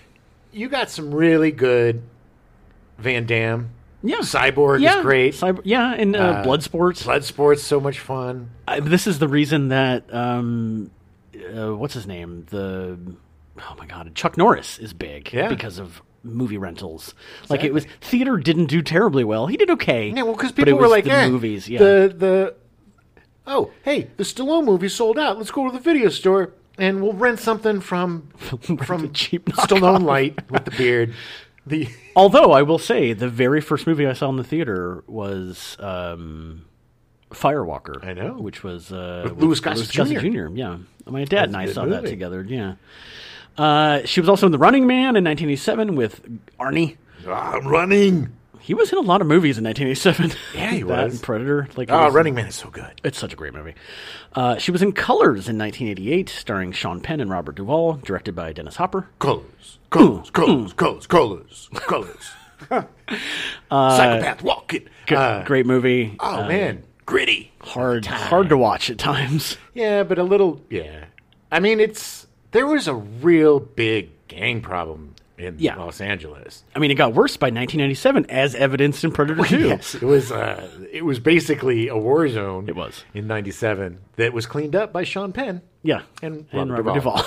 S1: you got some really good Van Damme.
S2: Yeah.
S1: Cyborg
S2: yeah.
S1: is great.
S2: Cyber, yeah, and uh, Bloodsport.
S1: Bloodsport's so much fun.
S2: I- this is the reason that um, uh, what's his name? The oh my god, Chuck Norris is big
S1: Yeah.
S2: because of movie rentals. Like it was theater didn't do terribly well. He did okay.
S1: Yeah, well, because
S2: but it
S1: people were
S2: was
S1: like,
S2: the
S1: eh,
S2: movies. Yeah.
S1: the the oh, hey, the Stallone movie sold out. Let's go to the video store and we'll rent something from
S2: a
S1: from
S2: cheap
S1: Stallone Light with the beard. The
S2: Although I will say, the very first movie I saw in the theater was um, Firewalker.
S1: I know.
S2: which was uh, with
S1: Louis Gossett
S2: Jr. Yeah, my dad and
S1: a
S2: I
S1: good
S2: saw that
S1: movie.
S2: together. Yeah, uh, she was also in The Running Man in 1987 with Arnie.
S3: I'm running.
S2: He was in a lot of movies in 1987.
S1: Yeah, he
S2: That
S1: was.
S2: and Predator. Like, it
S1: oh,
S2: was-
S1: Running Man is so good.
S2: It's such a great movie. Uh, she was in Colors in 1988, starring Sean Penn and Robert Duvall, directed by Dennis Hopper.
S3: Colors, colors,
S1: Hmm.
S3: colors, colors, colors, colors.
S1: Psychopath walking.
S2: Good,
S1: Uh,
S2: great movie.
S1: oh man,
S3: Gritty.
S2: hard, hard to watch at times.
S1: Yeah, but a little. Yeah, I mean, it's there was a real big gang problem in
S2: Yeah.
S1: Los Angeles.
S2: I mean, it got worse by 1997, as evidenced in Predator 2.
S1: it was. Uh, it was basically a war zone.
S2: It was.
S1: in '97 that was cleaned up by Sean Penn.
S2: Yeah.
S1: And Robert
S2: Robert, Duvall.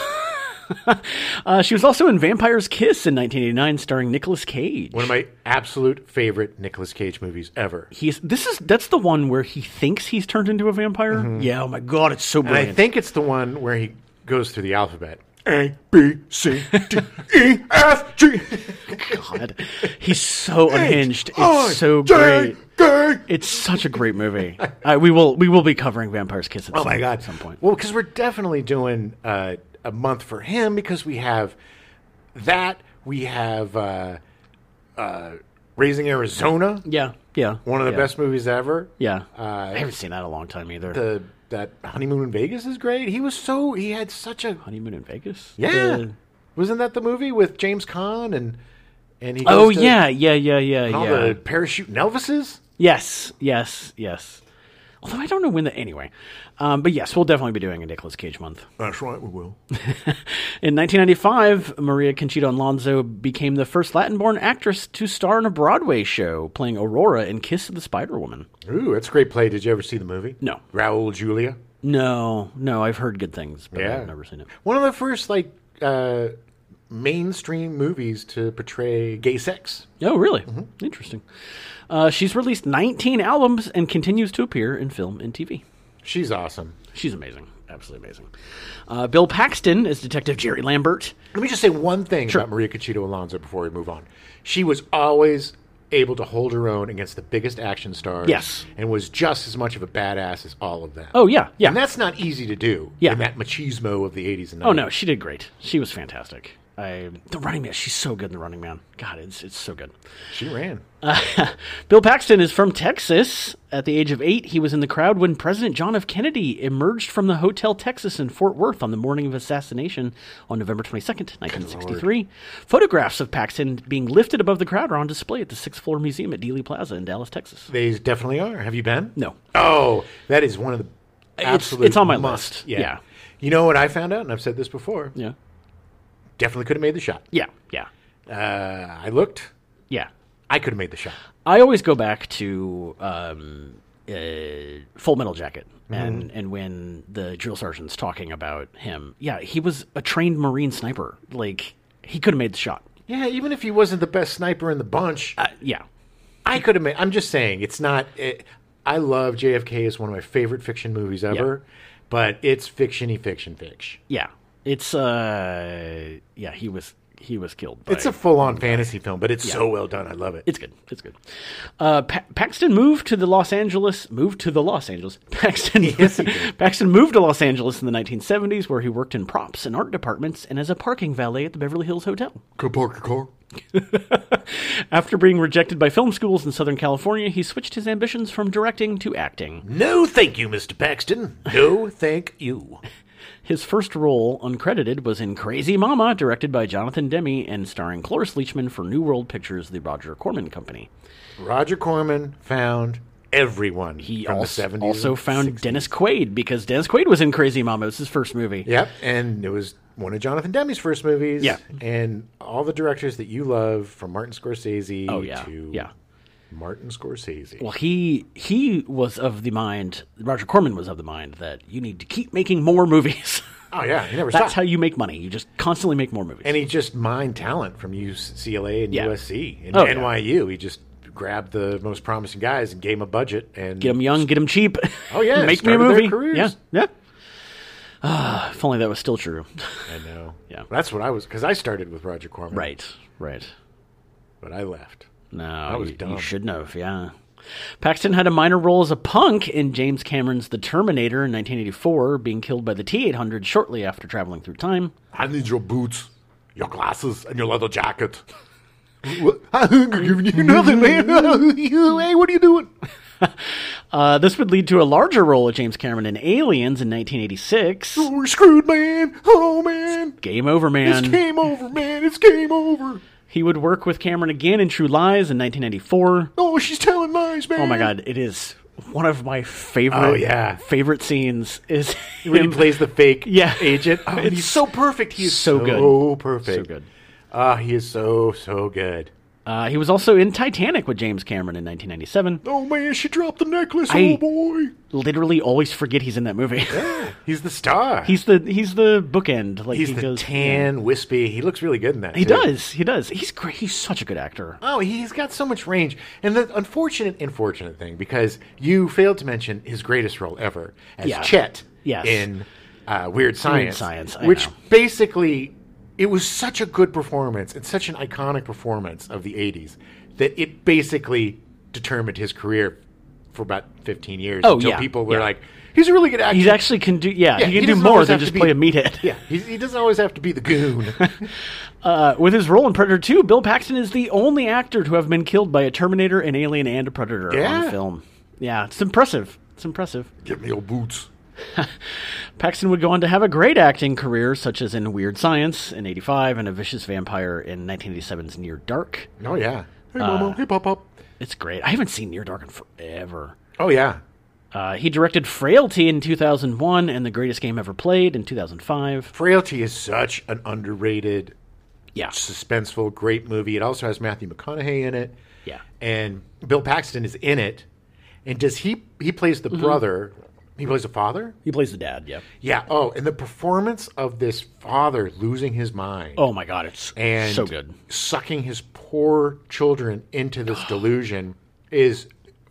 S2: uh, she was also in Vampire's Kiss in 1989, starring Nicolas Cage.
S1: One of my absolute favorite Nicolas Cage movies ever.
S2: He's this is that's the one where he thinks he's turned into a vampire.
S1: Mm-hmm.
S2: Yeah, oh my god, it's so
S1: And
S2: brilliant.
S1: I think it's the one where he goes through the alphabet.
S3: A B C D E F G.
S2: God. He's so unhinged.
S1: Oh,
S3: I,
S2: It's so
S3: J,
S2: great.
S3: K.
S2: It's such a great movie. Uh, we will we will be covering Vampire's Kiss at,
S1: Oh
S2: some,
S1: my god!
S2: at some point.
S1: Well, because we're definitely doing uh, a month for him because we have that. We have uh, uh, Raising Arizona,
S2: Yeah, yeah.
S1: one of the
S2: yeah,
S1: best movies ever.
S2: Yeah. I
S1: Uh,
S2: haven't seen that in a long time either.
S1: the that honeymoon in Vegas is great. He was so he had such a
S2: Honeymoon in Vegas?
S1: yeah.
S2: The-
S1: Wasn't that the movie with James Caan and and he?
S2: Oh
S1: goes to
S2: yeah, yeah, yeah, yeah,
S1: all
S2: yeah.
S1: the parachute Elvises.
S2: Yes, yes, yes. Although I don't know when the anyway, um, but yes, we'll definitely be doing a Nicolas Cage month.
S3: That's right, we will.
S2: In 1995, Maria Conchita Alonso became the first Latin-born actress to star in a Broadway show, playing Aurora in *Kiss of the Spider Woman*.
S1: Ooh, that's a great play. Did you ever see the movie?
S2: No.
S1: Raoul Julia.
S2: No, no, I've heard good things, but
S1: Yeah.
S2: I've never seen it.
S1: One of the first like uh, mainstream movies to portray gay sex.
S2: Oh, really?
S1: Mm-hmm.
S2: Interesting. Uh, she's released 19 albums and continues to appear in film and TV.
S1: She's awesome.
S2: She's amazing. Absolutely amazing. Uh, Bill Paxton is Detective Jerry Lambert.
S1: Let me just say one thing about Maria Cachito Alonso before we move on. She was always able to hold her own against the biggest action stars.
S2: Yes.
S1: And was just as much of a badass as all of them.
S2: Oh, yeah. Yeah.
S1: And that's not easy to do
S2: Yeah.
S1: in that machismo of the 80s and 90s.
S2: Oh no, she did great. She was fantastic. I the Running Man. She's so good in the Running Man. God, it's it's so good. Uh,
S1: She ran.
S2: Bill Paxton is from Texas. At the age of eight, he was in the crowd when President John F. Kennedy emerged from the Hotel Texas in Fort Worth on the morning of his assassination on November 22nd, 1963. Photographs of Paxton being lifted above the crowd are on display at the sixth floor museum at Dealey Plaza in Dallas, Texas.
S1: They definitely are. Have you been?
S2: No.
S1: Oh, that is one of the absolute
S2: it's on my
S1: must.
S2: list.
S1: Yeah.
S2: Yeah.
S1: You know what I found out, and I've said this before.
S2: Yeah.
S1: Definitely could have made the shot.
S2: Yeah. Yeah.
S1: Uh, I looked.
S2: Yeah.
S1: I could have made the shot.
S2: I always go back to um, uh, Full Metal Jacket,
S1: Mm-hmm.
S2: and and when the drill sergeant's talking about him, yeah, he was a trained Marine sniper. Like he could have made the shot.
S1: Yeah, even if he wasn't the best sniper in the bunch,
S2: Uh, yeah,
S1: I could have made. I'm just saying, it's not. It, I love JFK is one of my favorite fiction movies ever, but it's fictiony fiction fiction.
S2: yeah. It's uh, yeah. He was he was killed. By,
S1: It's a full on fantasy film, but it's so well done. I love it.
S2: It's good. It's good. Uh, pa- Paxton moved to the Los Angeles. Moved to the Los Angeles. Paxton. Paxton moved to Los Angeles in the 1970s, where he worked in props and art departments and as a parking valet at the Beverly Hills Hotel.
S3: Go park your car.
S2: After being rejected by film schools in Southern California, he switched his ambitions from directing to acting.
S1: no, thank you, Mr. Paxton. No, thank you.
S2: His first role, uncredited, was in Crazy Mama, directed by Jonathan Demme and starring Cloris Leachman for New World Pictures, the Roger Corman Company.
S1: Roger Corman found everyone
S2: He
S1: from
S2: also,
S1: the 70s.
S2: also
S1: and
S2: found
S1: 60s.
S2: Dennis Quaid because Dennis Quaid was in Crazy Mama. It was his first movie.
S1: Yep, and it was one of Jonathan Demme's first movies.
S2: Yeah.
S1: and all the directors that you love, from Martin Scorsese
S2: Oh, yeah,
S1: to
S2: yeah.
S1: Martin Scorsese.
S2: Well, he he was of the mind. Roger Corman was of the mind that you need to keep making more movies.
S1: oh yeah, he never stopped.
S2: That's how you make money. You just constantly make more movies.
S1: and he just mined talent from UCLA and
S2: Yeah.
S1: USC and
S2: Oh, yeah.
S1: NYU. He just grabbed the most promising guys and gave them a budget and
S2: Get them young, get them cheap.
S1: Oh, yeah,
S2: make me a
S1: started their
S2: movie.
S1: careers.
S2: Yeah, yeah. Ah, if only that was still true.
S1: I know.
S2: Yeah.
S1: that's what I was because I started with Roger Corman,
S2: right, right.
S1: But I left.
S2: No,
S1: was
S2: you, you
S1: dumb.
S2: should know. Yeah. Paxton had a minor role as a punk in James Cameron's The Terminator in 1984, being killed by the T-800 shortly after traveling through time.
S3: I need your boots, your glasses, and your leather jacket. What? I ain't giving you nothing, man. hey, what are you doing?
S2: Uh, this would lead to a larger role of James Cameron in Aliens in 1986.
S1: "Oh,
S3: We're screwed, man. Oh, man.
S2: Game over,
S3: It's
S2: man.
S3: game over, man. It's game over.
S2: He would work with Cameron again in True Lies in 1994.
S3: Oh, she's telling lies, man.
S2: Oh my god, it is one of my favorite
S1: Oh, yeah.
S2: favorite scenes is
S1: When he
S2: him-
S1: plays the fake
S2: Yeah.
S1: agent, oh, and
S2: It's
S1: he's so perfect. He's
S2: so
S1: so,
S2: good.
S1: perfect.
S2: So good.
S1: Ah, he is so so good.
S2: Uh, he was also in Titanic with James Cameron in 1997.
S3: Oh, man. She dropped the necklace.
S2: I-
S3: Oh, boy.
S2: Literally always forget he's in that movie.
S1: He's the star.
S2: he's the he's the bookend like
S1: He's
S2: he
S1: the
S2: goes,
S1: tan, wispy. He looks really good in that.
S2: He
S1: too.
S2: does. He does. He's great. He's such a good actor.
S1: Oh, he's got so much range. And the unfortunate, unfortunate thing, because you failed to mention his greatest role ever as
S2: Yeah.
S1: Chet
S2: Yes.
S1: in uh, Weird Science.
S2: Science, I
S1: which
S2: know.
S1: basically, it was such a good performance and such an iconic performance of the 80s that it basically determined his career for about 15 years
S2: Oh,
S1: until
S2: yeah,
S1: people were
S2: yeah.
S1: like, he's a really good actor.
S2: He's actually can do yeah,
S1: Yeah,
S2: he can do
S1: doesn't
S2: more
S1: always
S2: than
S1: have to
S2: just
S1: be-
S2: play a meathead.
S1: Yeah, he, he doesn't always have to be the goon.
S2: Uh, with his role in Predator 2, Bill Paxton is the only actor to have been killed by a Terminator, an alien, and a Predator on
S1: Yeah.
S2: film. Yeah, it's impressive. It's impressive.
S3: Give me your boots.
S2: Paxton would go on to have a great acting career, such as in Weird Science in 85 and A Vicious Vampire in 1987's Near Dark.
S1: oh, yeah.
S3: Hey,
S2: Uh,
S3: Mama. Hey, Pop Pop.
S2: It's great. I haven't seen Near Dark in forever.
S1: Oh, yeah.
S2: Uh, he directed Frailty in 2001 and The Greatest Game Ever Played in 2005.
S1: Frailty is such an underrated,
S2: Yeah.
S1: suspenseful, great movie. It also has Matthew McConaughey in it.
S2: Yeah. Mm-hmm.
S1: And Bill Paxton is in it. And does he he plays the brother He plays a father?
S2: He plays the dad. Yeah.
S1: Yeah. Oh, and the performance of this father losing his mind
S2: Oh my god, it's
S1: and
S2: so good.
S1: sucking his poor children into this delusion is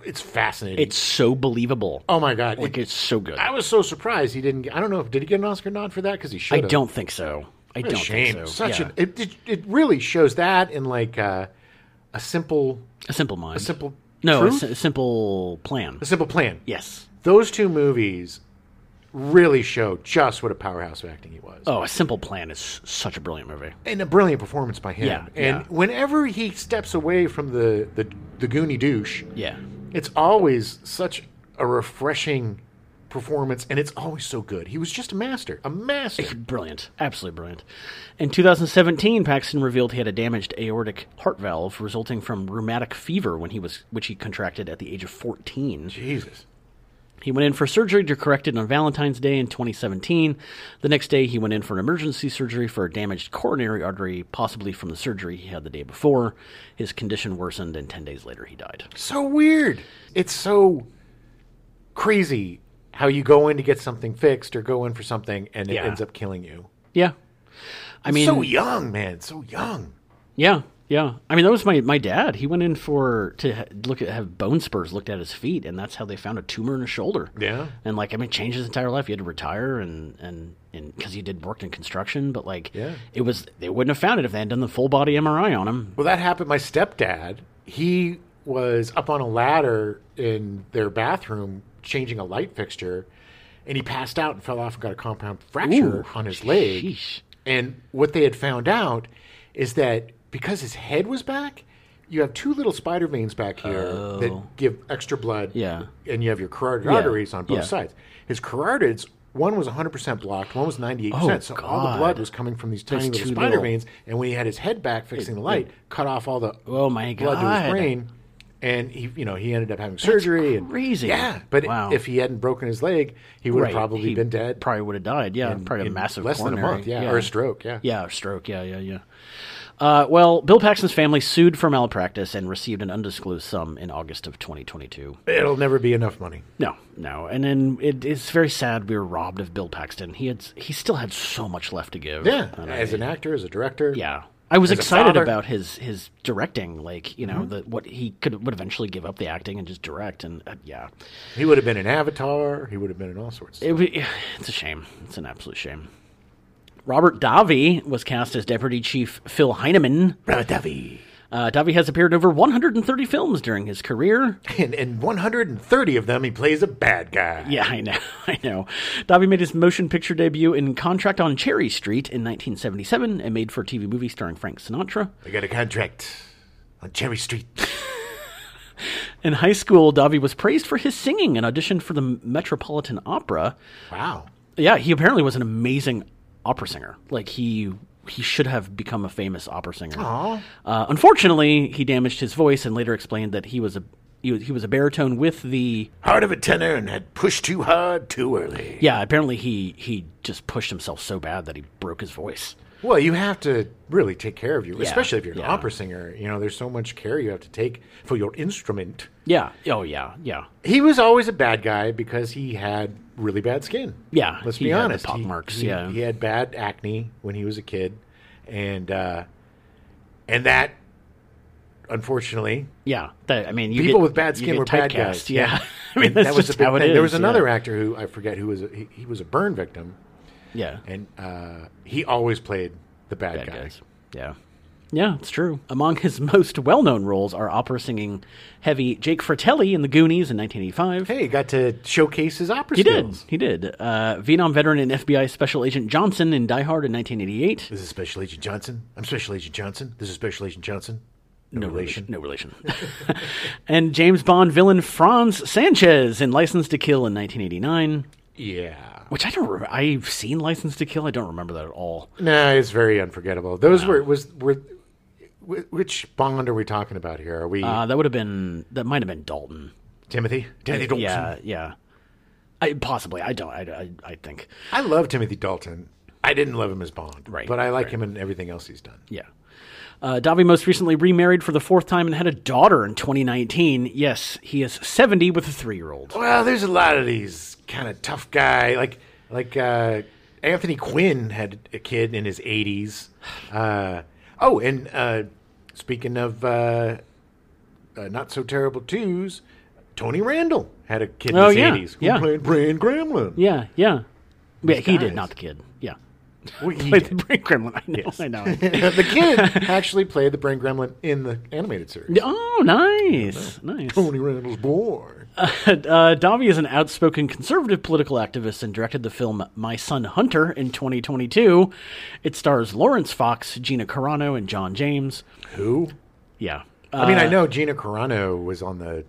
S1: it's fascinating.
S2: It's so believable.
S1: oh my god.
S2: Like
S1: It-
S2: it's so good.
S1: I was so surprised he didn't get, I don't know if did he get an Oscar nod for that cuz he should
S2: I
S1: have.
S2: don't think so. I
S1: What a
S2: don't
S1: shame.
S2: think so.
S1: Such
S2: Yeah.
S1: an it, it it really shows that in like uh, a simple
S2: a simple mind.
S1: a simple
S2: no, a,
S1: truth?
S2: si- a simple plan.
S1: a simple plan.
S2: Yes.
S1: Those two movies really show just what a powerhouse of acting he was.
S2: Oh, a simple plan is such a brilliant movie.
S1: and a brilliant performance by him.
S2: Yeah,
S1: and
S2: yeah.
S1: whenever he steps away from the the, the goony douche,
S2: Yeah.
S1: it's always such a refreshing performance, and it's always so good. He was just a master, a master.
S2: Brilliant. Absolutely brilliant. In 2017, Paxton revealed he had a damaged aortic heart valve resulting from rheumatic fever when he was which he contracted at the age of 14.
S1: Jesus.
S2: He went in for surgery to correct it on Valentine's Day in 2017. The next day, he went in for an emergency surgery for a damaged coronary artery, possibly from the surgery he had the day before. His condition worsened, and 10 days later, he died.
S1: So weird. It's so crazy how you go in to get something fixed or go in for something and it
S2: Yeah.
S1: ends up killing you.
S2: Yeah. I mean,
S1: so young, man. So young.
S2: yeah, yeah. I mean, that was my, my dad. He went in for to ha- look at have bone spurs looked at his feet, and that's how they found a tumor in his shoulder.
S1: Yeah.
S2: And like, I mean, it changed his entire life. He had to retire, and and and because he did worked in construction, but like,
S1: Yeah.
S2: it was they wouldn't have found it if they had done the full body MRI on him.
S1: Well, that happened. My stepdad, he was up on a ladder in their bathroom changing a light fixture, and he passed out and fell off and got a compound fracture
S2: Ooh,
S1: on his leg.
S2: sheesh.
S1: And what they had found out is that because his head was back, you have two little spider veins back here that give extra blood.
S2: Oh. Yeah.
S1: And you have your carotid arteries on both
S2: yeah.
S1: sides. His carotids, one was 100% blocked, one was 98%.
S2: Oh,
S1: so all the
S2: God.
S1: blood was coming from these tiny
S2: Those
S1: little
S2: two
S1: spider
S2: little-
S1: veins. And when he had his head back fixing the light, cut off all the
S2: Oh my
S1: blood to his
S2: God.
S1: brain, and he you know he ended up having surgery. and-
S2: crazy.
S1: yeah. But
S2: Wow.
S1: if he hadn't broken his leg, he would
S2: Right,
S1: have probably
S2: he
S1: been dead.
S2: Probably would have died. Yeah, probably a
S1: in
S2: massive
S1: less than a
S2: coronary.
S1: month, yeah, or a stroke, yeah.
S2: yeah, or stroke. Yeah, yeah, yeah. Uh, well, Bill Paxton's family sued for malpractice and received an undisclosed sum in August of 2022.
S1: It'll never be enough money.
S2: No, no, and then it, it's very sad. We were robbed of Bill Paxton. He had he still had so much left to give.
S1: Yeah,
S2: And I-
S1: as an actor, as a director.
S2: yeah. I was
S1: As a
S2: excited
S1: father. Mm-hmm.
S2: about his his directing, like you know, the, what he could would eventually give up the acting and just direct, and uh, yeah,
S1: he would have been an Avatar. He would have been in all sorts.
S2: It, wa- it's a shame. It's an absolute shame. Robert Davi was cast as Deputy Chief Phil Heineman.
S1: Bradavi.
S2: Uh, Davi has appeared in over 130 films during his career.
S1: And, and 130 of them, he plays a bad guy.
S2: Yeah, I know. I know. Davi made his motion picture debut in Contract on Cherry Street in 1977, a made for TV movie starring Frank Sinatra.
S1: I got a contract on Cherry Street.
S2: In high school, Davi was praised for his singing and auditioned for the Metropolitan Opera.
S1: Wow.
S2: Yeah, he apparently was an amazing opera singer. Like he he should have become a famous opera singer.
S1: Aw.
S2: Uh, unfortunately, he damaged his voice and later explained that he was a he was, he was a baritone with the
S1: Heart of a tenor and had pushed too hard too early.
S2: yeah. Apparently, he he just pushed himself so bad that he broke his voice.
S1: Well, you have to really take care of you, especially if you're an
S2: yeah.
S1: opera singer. You know, there's so much care you have to take for your instrument.
S2: Yeah. Oh yeah. Yeah.
S1: He was always a bad guy because he had really bad skin.
S2: Yeah,
S1: let's
S2: he
S1: be
S2: had the
S1: honest.
S2: pock
S1: He-
S2: marks,
S1: he-
S2: yeah.
S1: he had bad acne when he was a kid, and uh, and that unfortunately
S2: Yeah. That, I mean, you
S1: people
S2: get-
S1: with bad
S2: you
S1: skin
S2: get
S1: were bad
S2: typecast,
S1: guys.
S2: Yeah. I mean,
S1: And
S2: that's
S1: that was
S2: just
S1: a big
S2: how it
S1: thing.
S2: is.
S1: There was another
S2: yeah.
S1: actor who I forget who was a, he, he was a burn victim,
S2: Yeah.
S1: and uh, he always played the bad,
S2: bad
S1: guy.
S2: guys. Yeah. Yeah, it's true. Among his most well known roles are opera singing heavy Jake Fratelli in The Goonies in 1985.
S1: Hey, he got to showcase his opera
S2: He did.
S1: skills.
S2: He did. Uh, Vietnam veteran and FBI Special Agent Johnson in Die Hard in 1988.
S1: This is Special Agent Johnson. I'm Special Agent Johnson. This is Special Agent Johnson.
S2: No relation. No relation. and James Bond villain Franz Sanchez in License to Kill in 1989,
S1: Yeah.
S2: which I don't remember. I've seen License to Kill. I don't remember that at all.
S1: No, it's very unforgettable. Those were was were wh- which Bond are we talking about here? Are we
S2: Uh, that would have been, that might have been Dalton.
S1: Timothy? Timothy Dalton.
S2: Yeah, yeah. I, possibly. I don't. I, I, I think.
S1: I love Timothy Dalton. I didn't love him as Bond,
S2: Right,
S1: But I like him in everything else he's done.
S2: Yeah. Uh, Davi most recently remarried for the fourth time and had a daughter in 2019. Yes, he is 70 with a three year old.
S1: Well, there's a lot of these kind of tough guy, like like uh, Anthony Quinn had a kid in his 80s. Uh, oh, and uh, speaking of uh, uh, not so terrible twos, Tony Randall had a kid in
S2: Oh,
S1: his
S2: yeah,
S1: 80s who
S2: yeah.
S1: played Brian Gremlin.
S2: Yeah, yeah. yeah, he
S1: guys.
S2: did, not the kid. Yeah.
S1: Well, he
S2: Played the
S1: did.
S2: brain gremlin. I know, I know.
S1: the kid actually played the Brain Gremlin in the animated series.
S2: Oh, nice. Nice.
S1: Tony Randall's boy.
S2: Uh, Davi is an outspoken conservative political activist and directed the film My Son Hunter in 2022. It stars Lawrence Fox, Gina Carano, and John James.
S1: Who?
S2: Yeah. Uh,
S1: I mean, I know Gina Carano was on the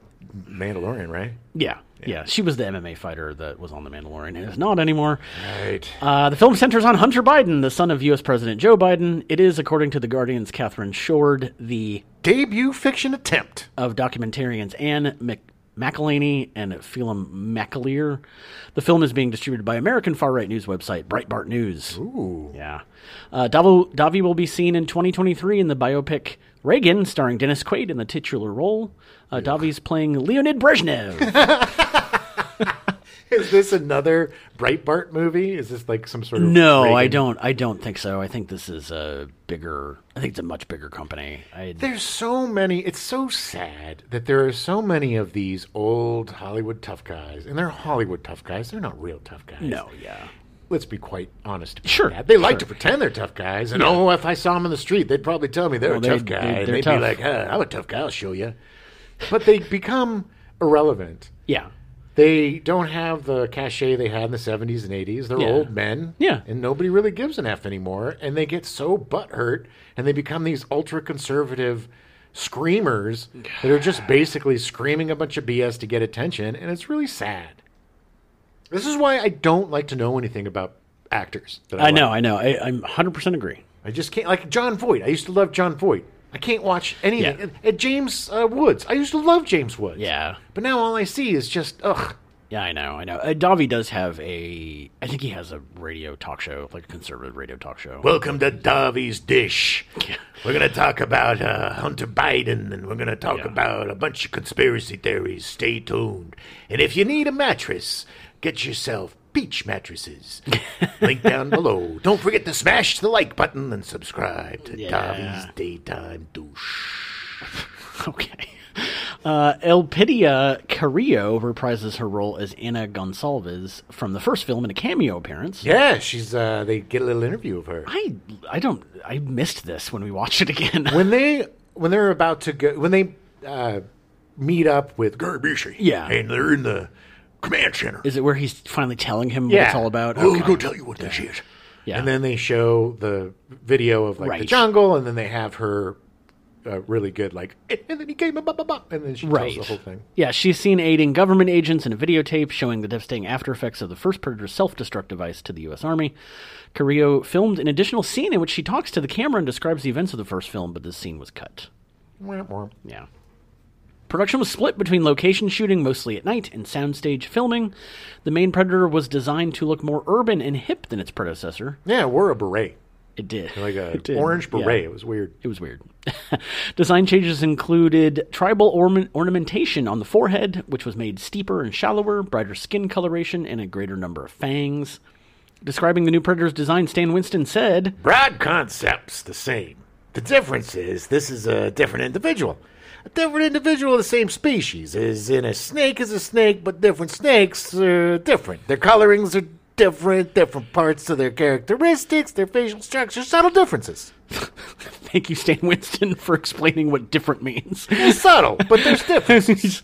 S1: Mandalorian, right?
S2: Yeah, yeah. She was the MMA fighter that was on The Mandalorian and is not anymore.
S1: Right.
S2: Uh, the film centers on Hunter Biden, the son of U.S. President Joe Biden. It is, according to The Guardian's Catherine Shord, the
S1: Debut fiction attempt.
S2: of documentarians Anne Mc- McElhaney and Phelim McAleer. The film is being distributed by American far right news website Breitbart News. Ooh. Yeah. Uh, Davi, Davi will be seen in 2023 in the biopic Reagan, starring Dennis Quaid in the titular role. Uh, Davi's playing Leonid Brezhnev.
S1: Is this another Breitbart movie? Is this like some sort of
S2: No, I
S1: Reagan-
S2: don't. I don't think so. I think this is a bigger. I think it's a much bigger company. I,
S1: There's so many. It's so sad that there are so many of these old Hollywood tough guys, and they're Hollywood tough guys. They're not real tough guys.
S2: no, yeah,
S1: Let's be quite honest. About
S2: Sure,
S1: that. They like to pretend they're tough guys, and oh, if I saw them in the street, they'd probably tell me they're
S2: Well,
S1: a
S2: they-
S1: tough
S2: they-
S1: guy. and
S2: they're
S1: they'd
S2: tough.
S1: be like, huh, "I'm a tough guy. I'll show you." But they become irrelevant.
S2: yeah,
S1: They don't have the cachet they had in the 70s and 80s. They're
S2: Yeah.
S1: old men.
S2: Yeah.
S1: And nobody really gives an F anymore. And they get so butthurt and they become these ultra conservative screamers that are just basically screaming a bunch of BS to get attention. And it's really sad. This is why I don't like to know anything about actors. That
S2: I know,
S1: like.
S2: I know. I, I'm 100 percent agree.
S1: I just can't. Like John Voight. I used to love John Voight. I can't watch anything.
S2: Yeah.
S1: And- and James uh, Woods. I used to love James Woods.
S2: Yeah,
S1: But now all I see is just, ugh.
S2: yeah, I know, I know. Uh, Davi does have a. I think he has a radio talk show, like a conservative radio talk show.
S1: Welcome to Davy's Dish.
S2: Yeah.
S1: We're going to talk about uh, Hunter Biden and we're going to talk
S2: Yeah.
S1: about a bunch of conspiracy theories. Stay tuned. And if you need a mattress, get yourself beach mattresses. Link down below. Don't forget to smash the like button and subscribe to
S2: Yeah.
S1: Davy's Daytime Douche.
S2: Okay. Uh, Elpidia Carrillo reprises her role as Anna Gonsalves from the first film in a cameo appearance.
S1: Yeah, she's. Uh, they get a little interview of her.
S2: I I don't I missed this when we watched it again.
S1: when they when they're about to go when they uh, meet up with Gary Busey,
S2: Yeah.
S1: and they're in the command center.
S2: Is it where he's finally telling him what
S1: Yeah.
S2: it's all about?
S3: We'll
S2: Okay.
S3: go tell you what this is.
S2: Yeah.
S1: And then they show the video of like the
S2: Right.
S1: jungle, and then they have her uh, really good like, and then he came up, up, up, up, and then she
S2: right.
S1: tells the whole thing.
S2: Yeah, she's seen aiding government agents in a videotape showing the devastating after effects of the first Predator's self-destruct device to the U.S. Army. Carrillo filmed an additional scene in which she talks to the camera and describes the events of the first film, but this scene was cut.
S1: Womp womp.
S2: Yeah. Production was split between location shooting, mostly at night, and soundstage filming. The main Predator was designed to look more urban and hip than its predecessor.
S1: Yeah, we're a beret,
S2: It did.
S1: like a
S2: It did,
S1: Oh orange
S2: yeah.
S1: beret. It was weird.
S2: It was weird. Design changes included tribal orna- ornamentation on the forehead, which was made steeper and shallower, brighter skin coloration, and a greater number of fangs. Describing the new Predator's design, Stan Winston said,
S1: Broad concepts the same. The difference is this is a different individual. A different individual of the same species is in a snake is a snake, but different snakes are different. Their colorings are different, different parts of their characteristics, their facial structure, subtle differences.
S2: Thank you, Stan Winston, for explaining what different means.
S1: They're subtle, but there's differences.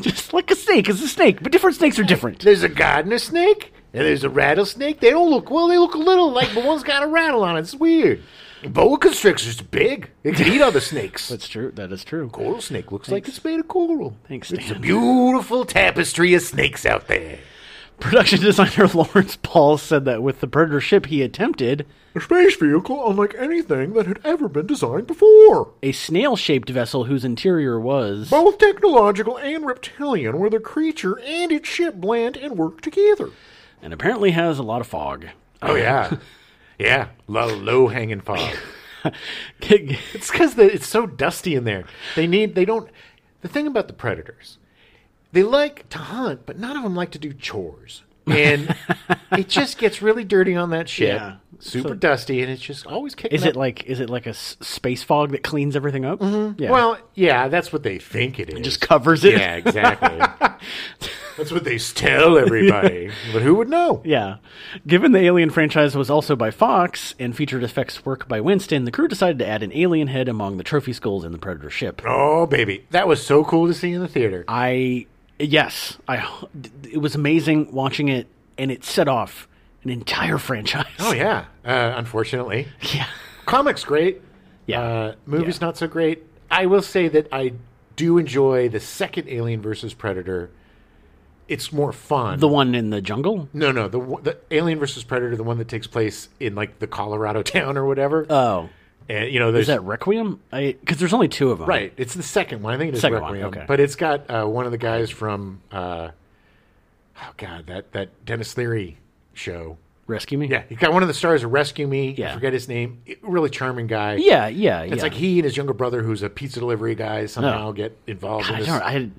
S2: Just like a snake is a snake, but different snakes are different.
S1: There's a gardener snake and there's a rattlesnake. They don't look well. They look a little like, but one's got a rattle on it. It's weird. Boa constrictor's big. It can eat other snakes.
S2: That's true. That is true.
S1: Coral snake looks like it's made of coral.
S2: Thanks,
S1: It's a
S2: Dan.
S1: beautiful tapestry of snakes out there.
S2: Production designer Lawrence Paul said that with the Predator ship he attempted,
S3: A space vehicle unlike anything that had ever been designed before.
S2: a snail shaped vessel whose interior was.
S3: Both technological and reptilian, where the creature and its ship blend and work together.
S2: and apparently has a lot of fog.
S1: Oh yeah. Yeah, low, low hanging fog.
S2: Gig-
S1: it's because it's so dusty in there. They need. They don't. The thing about the predators, they like to hunt, but none of them like to do chores, and it just gets really dirty on that shit.
S2: Yeah.
S1: Super
S2: So-
S1: dusty, and it's just always kicking.
S2: Is
S1: up.
S2: it like is it like a s- space fog that cleans everything up? Yeah.
S1: Well, yeah, that's what they think it is.
S2: just covers it.
S1: Yeah, exactly. that's what they tell everybody. But who would know?
S2: Yeah. Given the Alien franchise was also by Fox and featured effects work by Winston, the crew decided to add an alien head among the trophy skulls in the Predator ship.
S1: Oh, baby, that was so cool to see in the theater.
S2: I yes, I it was amazing watching it and it set off an entire franchise.
S1: Oh yeah. Uh, unfortunately,
S2: yeah.
S1: comics great.
S2: Yeah.
S1: Uh, movies not so great. I will say that I do enjoy the second Alien versus Predator. It's more fun.
S2: The one in the jungle?
S1: no, no, the one- the Alien versus Predator, the one that takes place in like the Colorado town or whatever.
S2: Oh.
S1: and you know, there's
S2: Is that Requiem? I cuz there's only two of them.
S1: right. It's the second one. I think it is
S2: Second one,
S1: Requiem,
S2: okay.
S1: but it's got uh, one of the guys from uh, oh god, that that Dennis Leary show.
S2: Rescue Me?
S1: Yeah, he got one of the stars of Rescue Me. I
S2: Yeah.
S1: forget his name. Really charming guy.
S2: Yeah, yeah, yeah.
S1: It's like he and his younger brother, who's a pizza delivery guy, somehow
S2: No.
S1: get involved in
S2: I
S1: this.
S2: don't I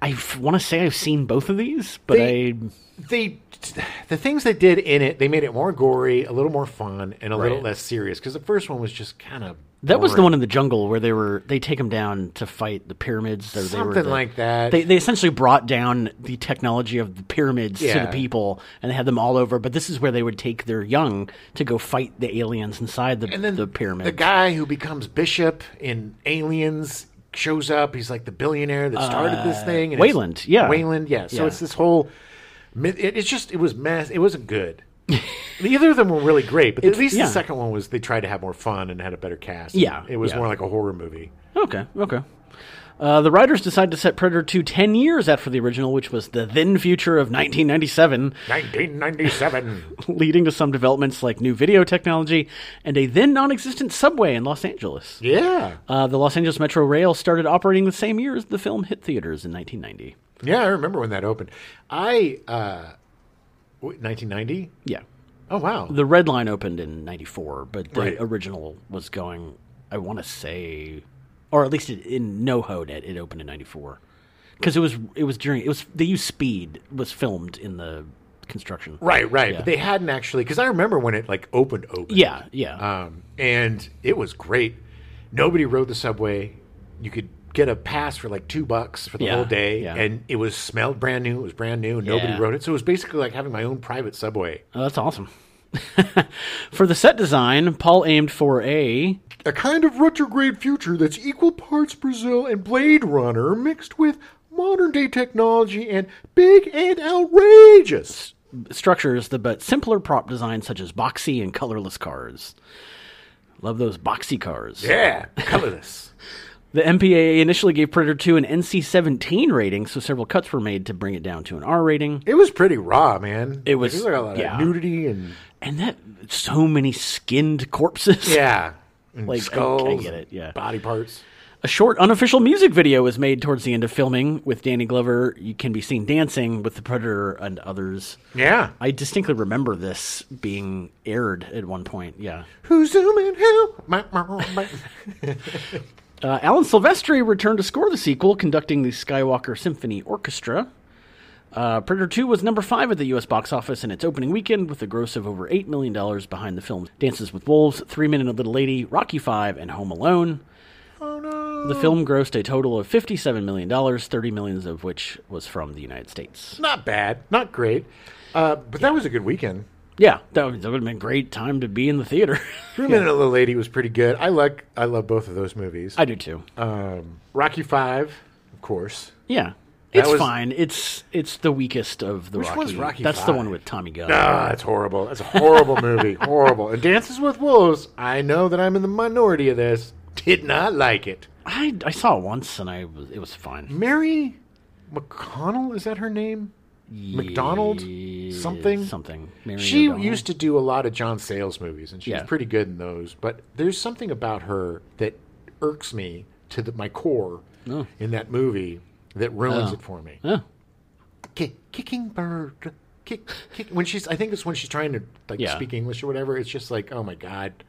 S2: I want to say I've seen both of these, but
S1: They-
S2: I
S1: They, the things they did in it, they made it more gory, a little more fun, and a little
S2: Right.
S1: less serious. Because the first one was just kind of
S2: That was the one in the jungle where they were they take them down to fight the pyramids. Or they were
S1: Something
S2: the-
S1: like that.
S2: They they essentially brought down the technology of the pyramids to
S1: Yeah.
S2: the people, and they had them all over. But this is where they would take their young to go fight the aliens inside the
S1: And then
S2: the pyramid.
S1: the guy who becomes bishop in Aliens shows up. He's like the billionaire that started this thing. and it's-
S2: Uh, Wayland, yeah.
S1: Wayland, yeah. So
S2: Yeah.
S1: it's this whole. mi- It, it's just it was mess. It wasn't good. Neither of them were really great, but at least
S2: yeah.
S1: the second one was they tried to have more fun and had a better cast. and
S2: Yeah,
S1: it was
S2: yeah.
S1: more like a horror movie.
S2: okay, okay. Uh, the writers decided to set Predator 2 10 years after the original, which was the then future of 1997,
S1: 1997.
S2: leading to some developments like new video technology and a then non existent subway in Los Angeles.
S1: yeah,
S2: Uh, the Los Angeles Metro Rail started operating the same year as the film hit theaters in 1990.
S1: yeah. I remember when that opened. I uh, wait, 1990.
S2: Yeah.
S1: Oh wow.
S2: The Red Line opened in 94, but the
S1: Right.
S2: original was going, I want to say, or at least it, in NoHo net, it opened in 94. Because it was, it was during, it was, they used speed, was filmed in the construction.
S1: right, right.
S2: Yeah.
S1: But they hadn't actually because I remember when it like opened. Opened.
S2: Yeah, yeah.
S1: Um, and it was great. Nobody rode the subway. You could get a pass for like two bucks for the
S2: Yeah,
S1: whole day,
S2: yeah.
S1: and it was smelled brand new. It was brand new. and Nobody
S2: Yeah.
S1: rode it, so it was basically like having my own private subway.
S2: oh, that's awesome. for the set design, Paul aimed for a
S1: A kind of retrograde future that's equal parts Brazil and Blade Runner mixed with modern day technology and big and outrageous.
S2: structures, the but simpler prop designs such as boxy and colorless cars. Love those boxy cars.
S1: Yeah, colorless.
S2: The MPAA initially gave Predator 2 an NC-17 rating, so several cuts were made to bring it down to an R rating.
S1: it was pretty raw, man.
S2: It was-
S1: There's like a lot
S2: yeah.
S1: of nudity and
S2: And that so many skinned corpses.
S1: yeah, and
S2: Like, I- I
S1: skulls,
S2: get
S1: and
S2: it, yeah.
S1: body parts.
S2: A short unofficial music video was made towards the end of filming with Danny Glover. You can be seen dancing with the Predator and others.
S1: Yeah,
S2: I distinctly remember this being aired at one point. Yeah.
S1: Who's zooming who? My- my- my-
S2: Uh, Alan Silvestri returned to score the sequel, conducting the Skywalker Symphony Orchestra. Uh, Predator 2 was number 5 at the U.S. box office in its opening weekend with a gross of over $8 million behind the films Dances with Wolves, Three Men and a Little Lady, Rocky 5, and Home Alone.
S1: oh no!
S2: The film grossed a total of $57 million, $30 million of which was from the United States.
S1: Not bad, not great, uh, but that was a good weekend.
S2: Yeah, that would, that would have been a great time to be in the theater.
S1: Three Men and a Little Lady was pretty good. I like, I love both of those movies.
S2: I do too.
S1: um, Rocky Five, of course.
S2: yeah.
S1: that
S2: It's
S1: was-
S2: fine. It's it's the weakest of the
S1: Which
S2: Rocky.
S1: one's Rocky
S2: That's the
S1: V?
S2: one with Tommy Gunn.
S1: Ah, that's horrible. That's a horrible movie. Horrible. And Dances with Wolves. I know that I'm in the minority of this. Did not like it.
S2: I, I saw it once and I was it was fine.
S1: Mary McConnell is that her name? McDonald something.
S2: something. Mary
S1: She
S2: O'Donnell.
S1: used to do a lot of John Sayles movies, and she
S2: Yeah.
S1: was pretty good in those. But there's something about her that irks me to the, my core in that movie that ruins
S2: Oh.
S1: it for me.
S2: Oh.
S1: Ki- kicking bird, kick, kick. When she's, I think it's when she's trying to like
S2: Yeah.
S1: speak English or whatever. It's just like, oh my god,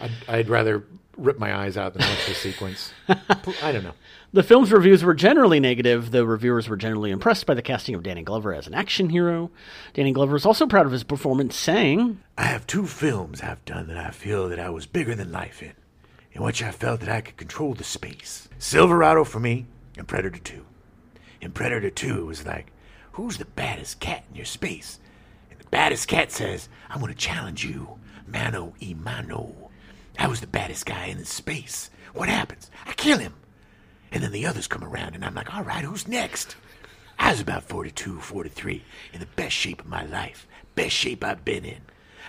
S1: I'd, I'd rather rip my eyes out than watch this sequence. Pl- I don't know.
S2: The film's reviews were generally negative, though reviewers were generally impressed by the casting of Danny Glover as an action hero. Danny Glover is also proud of his performance, saying,
S3: I have two films I've done that I feel that I was bigger than life in, in which I felt that I could control the space. Silverado for me, and Predator 2. In Predator 2, it was like, who's the baddest cat in your space? And the baddest cat says, I'm going to challenge you, mano y mano. I was the baddest guy in the space. What happens? I kill him. And then the others come around, and I'm like, all right, who's next? I was about 42, 43, in the best shape of my life, best shape I've been in.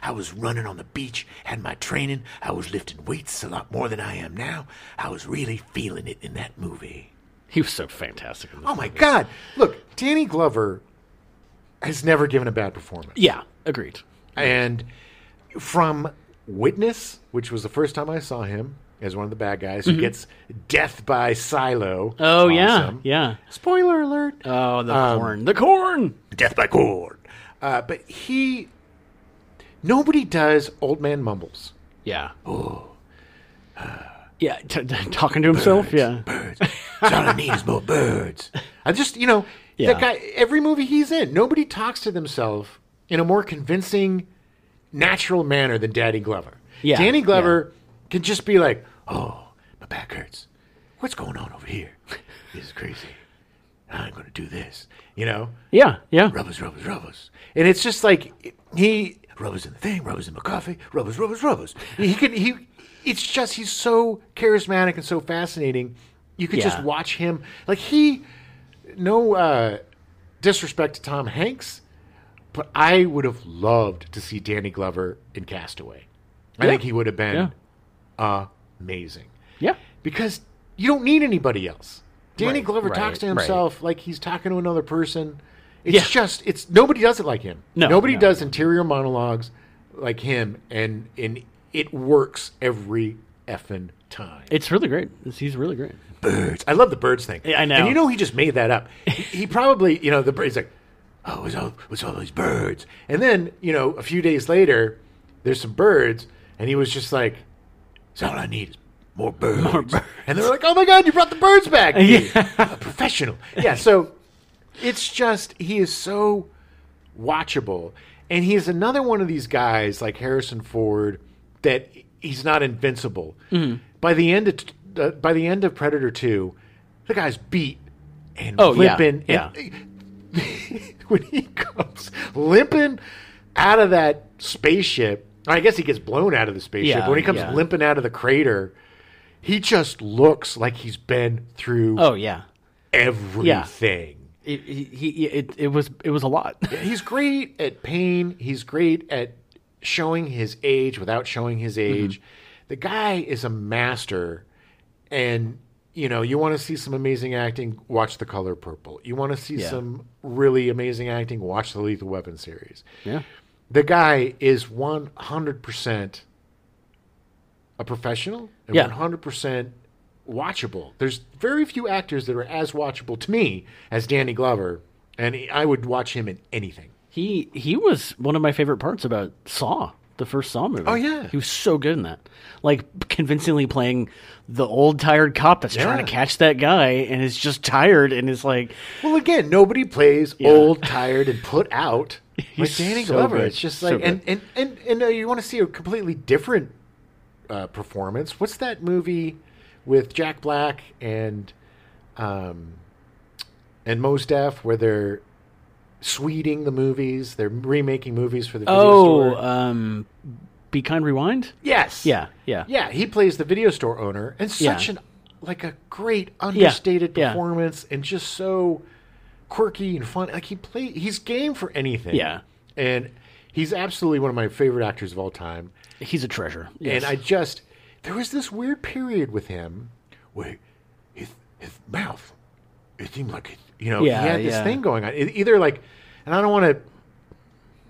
S3: I was running on the beach, had my training, I was lifting weights a lot more than I am now. I was really feeling it in that movie.
S2: He was so fantastic. In this.
S1: Oh my god! Look, Danny Glover has never given a bad performance,
S2: Yeah, agreed.
S1: and from Witness, which was the first time I saw him as one of the bad guys who gets death by Silo.
S2: Oh,
S1: Awesome.
S2: yeah, yeah.
S1: Spoiler alert.
S2: Oh, the corn. The corn!
S3: Death by cord.
S1: Uh, but he, nobody does Old Man Mumbles.
S2: Yeah. Oh. Yeah, t- t- talking to himself, yeah.
S3: Birds. That's all I need is more birds.
S1: I just, you know,
S2: Yeah.
S1: that guy, every movie he's in, nobody talks to themselves in a more convincing, natural manner than Daddy Glover.
S2: Yeah,
S1: Danny Glover can just be like,
S3: Oh, my back hurts. What's going on over here? This is crazy. I'm going to do this.
S1: you know,
S2: Yeah, yeah.
S3: Rubbers, rubbers, rubbers.
S1: and it's just like he,
S3: Rubbers in the thing, rubbers in my coffee, rubbers, rubbers, rubbers.
S1: he can, he, it's just, he's so charismatic and so fascinating. You could just
S2: Yeah.
S1: watch him. Like he, no uh, disrespect to Tom Hanks, but I would have loved to see Danny Glover in Castaway. I
S2: Yeah.
S1: think he would have been amazing.
S2: Yeah.
S1: because you don't need anybody else. Danny
S2: Right,
S1: Glover talks
S2: right,
S1: to
S2: right.
S1: himself like he's talking to another person. It's
S2: Yeah.
S1: just it's nobody does it like him.
S2: No,
S1: nobody
S2: no.
S1: does interior monologues like him, and and it works every effing time.
S2: It's really great. It's, he's really great.
S1: birds, I love the birds thing.
S2: Yeah, I know.
S1: and you know he just made that up. he, he probably you know the birds like,
S3: Oh, what's all, what's all these birds?
S1: and then you know a few days later, there's some birds, and he was just like,
S3: That's all I need is more birds. More birds.
S1: And they were like, "Oh my God, you brought the birds back! dude. A professional." Yeah. So it's just he is so watchable, and he is another one of these guys like Harrison Ford that he's not invincible.
S2: Mm-hmm.
S1: By the end of uh, by the end of Predator Two, the guy's beat and
S2: Oh, yeah,
S1: limping.
S2: yeah.
S1: And when he comes limping out of that spaceship, I guess he gets blown out of the spaceship.
S2: Yeah,
S1: but when he comes
S2: yeah.
S1: limping out of the crater he just looks like he's been through
S2: Oh, yeah.
S1: everything.
S2: It, he, he, it, it was it was a lot.
S1: He's great at pain. He's great at showing his age without showing his
S2: Mm-hmm.
S1: age. The guy is a master. And, you know, you want to see some amazing acting, watch The Color Purple. You want to see
S2: Yeah.
S1: some really amazing acting, watch the Lethal Weapon series.
S2: yeah.
S1: The guy is 100% a professional and
S2: Yeah.
S1: 100% watchable. There's very few actors that are as watchable to me as Danny Glover, and he- I would watch him in anything.
S2: He he was one of my favorite parts about Saw, the first Saw movie. Oh
S1: yeah.
S2: he was so good in that, like convincingly playing the old tired cop that's trying
S1: Yeah.
S2: to catch that guy and is just tired and is like,
S1: Well, again, nobody plays old, tired, and put out like
S2: He's
S1: Danny
S2: so
S1: Glover.
S2: good.
S1: It's just
S2: So
S1: like,
S2: good.
S1: and, and, and, and uh, you want to see a completely different uh, performance. What's that movie with Jack Black and um, and Mos Def where they're sweeting the movies? They're remaking movies for the video
S2: oh,
S1: store.
S2: um, be kind, rewind.
S1: yes,
S2: Yeah, yeah,
S1: yeah. He plays the video store owner, and such
S2: Yeah.
S1: an like a great understated
S2: yeah.
S1: performance, and just so quirky and fun. Like he play, he's game for anything.
S2: Yeah.
S1: and he's absolutely one of my favorite actors of all time.
S2: He's a treasure.
S1: And I just there was this weird period with him
S3: Wait, his, his
S1: mouth. It seemed like it, you know
S2: Yeah,
S1: he had this
S2: yeah.
S1: thing going on. It, either like, and I don't want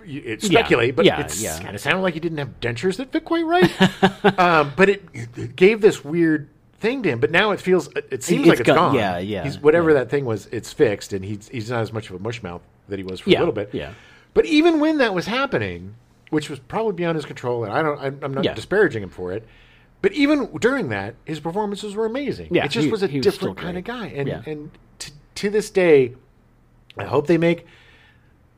S1: to speculate, but
S2: yeah,
S1: it's
S2: yeah.
S1: kind of sounded like he didn't have dentures that fit quite right. um, but it, it gave this weird thing to him. But now it feels it- it seems
S2: It's
S1: like it's
S2: gone.
S1: gone.
S2: Yeah, yeah,
S1: He's, whatever that thing was, it's fixed, and he's he's not as much of a mush mouth that he was for a
S2: Yeah,
S1: little bit.
S2: yeah.
S1: But even when that was happening, which was probably beyond his control, and I don't, I'm, I'm not
S2: Yeah.
S1: disparaging him for it. But even during that, his performances were amazing.
S2: Yeah,
S1: it just
S2: he-
S1: was a
S2: he was still
S1: different kind of
S2: great.
S1: guy, and
S2: Yeah.
S1: and t- to this day, I hope they make.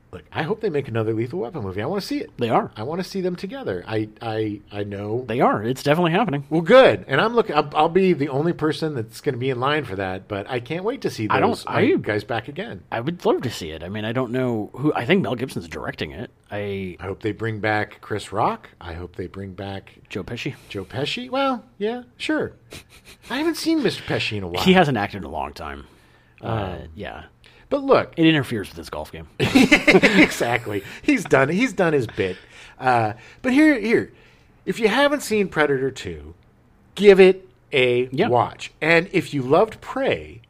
S1: Look, I hope they make another Lethal Weapon movie. I want to see it.
S2: They are.
S1: I want to see them together. I I I know
S2: They are. It's definitely happening.
S1: well, good. And I'm looking. I'll, I'll be the only person that's going to be in line for that. But I can't wait to see those
S2: I don't- I-
S1: uh, guys back again.
S2: I would love to see it. I mean, I don't know who. I think Mel Gibson's directing it. I
S1: I hope they bring back Chris Rock. I hope they bring back
S2: Joe Pesci.
S1: Joe Pesci. Well, yeah, sure. I haven't seen Mr. Pesci in a while.
S2: He hasn't acted in a long time. uh, yeah,
S1: but look,
S2: it interferes with his golf game.
S1: exactly. He's done. He's done his bit. Uh, but here, here, if you haven't seen Predator Two, give it a
S2: Yeah.
S1: watch. And if you loved Prey,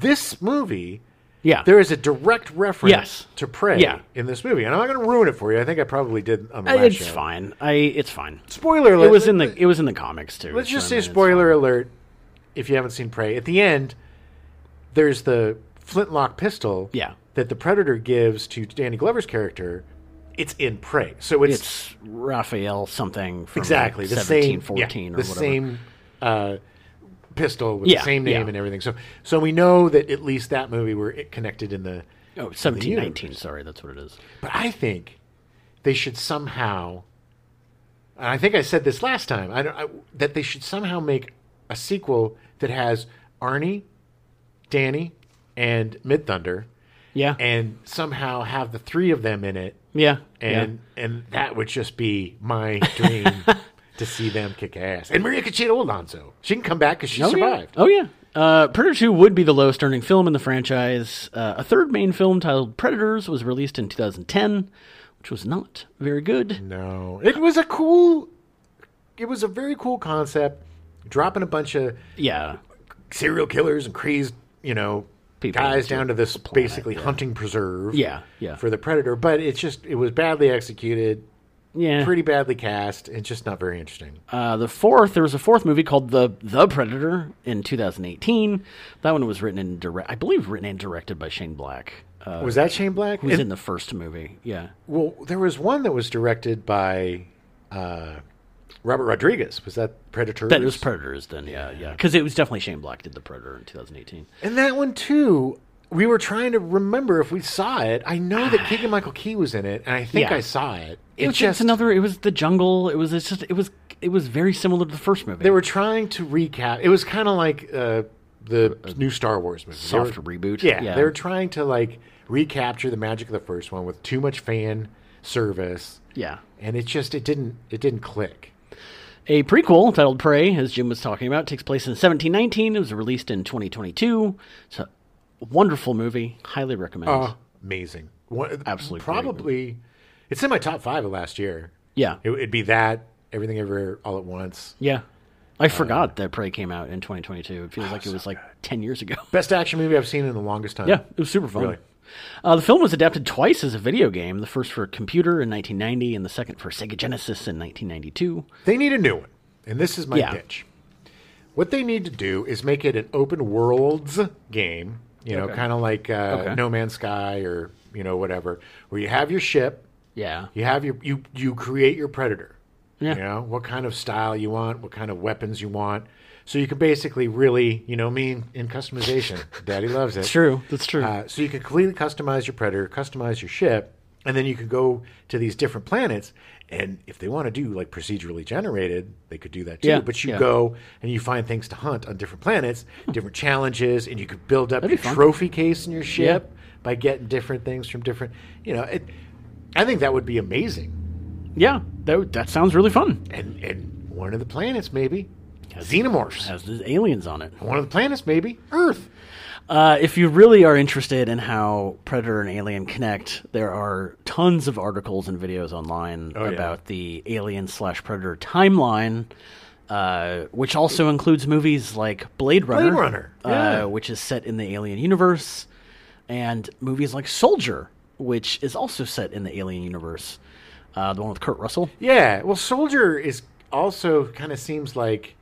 S1: this movie
S2: Yeah,
S1: There is a direct reference
S2: Yes.
S1: to Prey
S2: Yeah.
S1: in this movie, and I'm not going to ruin it for you. I think I probably did on the
S2: Uh,
S1: last
S2: it's
S1: show.
S2: fine. I it's fine.
S1: Spoiler alert.
S2: It was in the it was in the comics too.
S1: Let's just
S2: so, I
S1: say
S2: mean, it's
S1: spoiler alert. If you haven't seen Prey, at the end, there's the flintlock pistol.
S2: Yeah.
S1: That the Predator gives to Danny Glover's character. It's in Prey, so
S2: fine.
S1: it's,
S2: It's Raphael something from
S1: exactly the same,
S2: seventeen
S1: yeah,
S2: fourteen or
S1: the
S2: whatever.
S1: same uh, pistol with
S2: Yeah,
S1: the same name
S2: yeah.
S1: and everything. So, so we know that at least that movie were it connected in the
S2: Oh, 17,
S1: universe.
S2: 19, Sorry, that's what it is.
S1: But I think they should somehow, and I think I said this last time, I don't, I, that they should somehow make a sequel that has Arnie, Danny, and Mid Thunder,
S2: Yeah,
S1: and somehow have the three of them in it,
S2: yeah,
S1: and and that would just be my dream to see them kick ass. And Maria Cachito Alonso, she can come back because she
S2: yeah.
S1: survived.
S2: Oh yeah. Uh, Predator 2 would be the lowest earning film in the franchise. Uh, a third main film titled Predators was released in 2010, which was not very
S1: Mm.
S2: good.
S1: No, it was a cool, it was a very cool concept. Dropping a bunch of
S2: Yeah.
S1: serial killers and crazed, you know,
S2: People
S1: guys
S2: to
S1: down to this basically hunting preserve.
S2: Yeah, yeah.
S1: For the predator, but it's just it was badly executed,
S2: Yeah.
S1: pretty badly cast, and just not very interesting.
S2: Uh, the fourth, there was a fourth movie called The The Predator in 2018. That one was written and direct, I believe, written and directed by Shane Black, uh,
S1: was that Shane Black?
S2: who was
S1: And-
S2: in the first movie. Yeah,
S1: well, there was one that was directed by uh, Robert Rodriguez. Was that Predator?
S2: that was Predators. Then, yeah, yeah, because it was definitely Shane Black did The Predator in 2018.
S1: and that one too. We were trying to remember if we saw it. I know that Keegan Michael Key was in it, and I think
S2: Yeah.
S1: I saw it.
S2: It was just
S1: just
S2: another. It was the jungle. It was it's just. It was. It was very similar to the first movie.
S1: They were trying to recap. It was kind of like uh, the new Star Wars movie. They
S2: soft
S1: were-
S2: reboot.
S1: Yeah, they were trying to like recapture the magic of the first one with too much fan service,
S2: yeah.
S1: and it just it didn't it didn't click.
S2: A prequel titled Prey, as Jim was talking about, takes place in 1719. It was released in 2022. It's a wonderful movie. Highly recommend.
S1: Uh, Amazing, one,
S2: Absolutely great
S1: Probably, it's in my top five of last year.
S2: yeah.
S1: It, would be that everything ever all at once.
S2: Yeah. I forgot that Prey came out in 2022. It feels like it was like 10 years ago.
S1: Best action movie I've seen in the longest time.
S2: Yeah, it was super fun.
S1: Really?
S2: Uh, the film was adapted twice as a video game, the first for computer in 1990 and the second for Sega Genesis in 1992.
S1: They need a new one, and this is my
S2: Yeah.
S1: pitch. What they need to do is make it an open worlds game, you know,
S2: Okay.
S1: kind of like uh,
S2: Okay.
S1: No Man's Sky or you know whatever, where you have your ship,
S2: Yeah.
S1: you have your you you create your predator.
S2: Yeah.
S1: You know what kind of style you want, what kind of weapons you want, so you can basically really, you know, I mean in customization. Daddy loves it.
S2: That's true. That's true.
S1: Uh, so you can completely customize your predator, customize your ship, and then you could go to these different planets. And if they want to do like procedurally generated, they could do that too.
S2: Yeah,
S1: but you
S2: yeah. Hmm.
S1: go and you find things to hunt on different planets, different challenges, and you could build up
S2: be
S1: your
S2: fun.
S1: trophy case in your ship by getting different things from different. You know, it, I think that would be amazing.
S2: yeah. That, that sounds really fun.
S1: And and one of the planets maybe xenomorphs.
S2: has the aliens on it.
S1: One of the planets maybe Earth.
S2: Uh, if you really are interested in how Predator and Alien connect, there are tons of articles and videos online
S1: Oh, yeah.
S2: about the Alien slash Predator timeline, uh, which also includes movies like Blade Runner,
S1: Runner,
S2: uh,
S1: yeah.
S2: which is set in the Alien universe, and movies like Soldier, which is also set in the Alien universe. Uh, the one with Kurt Russell.
S1: Yeah, well, Soldier is also kind of seems like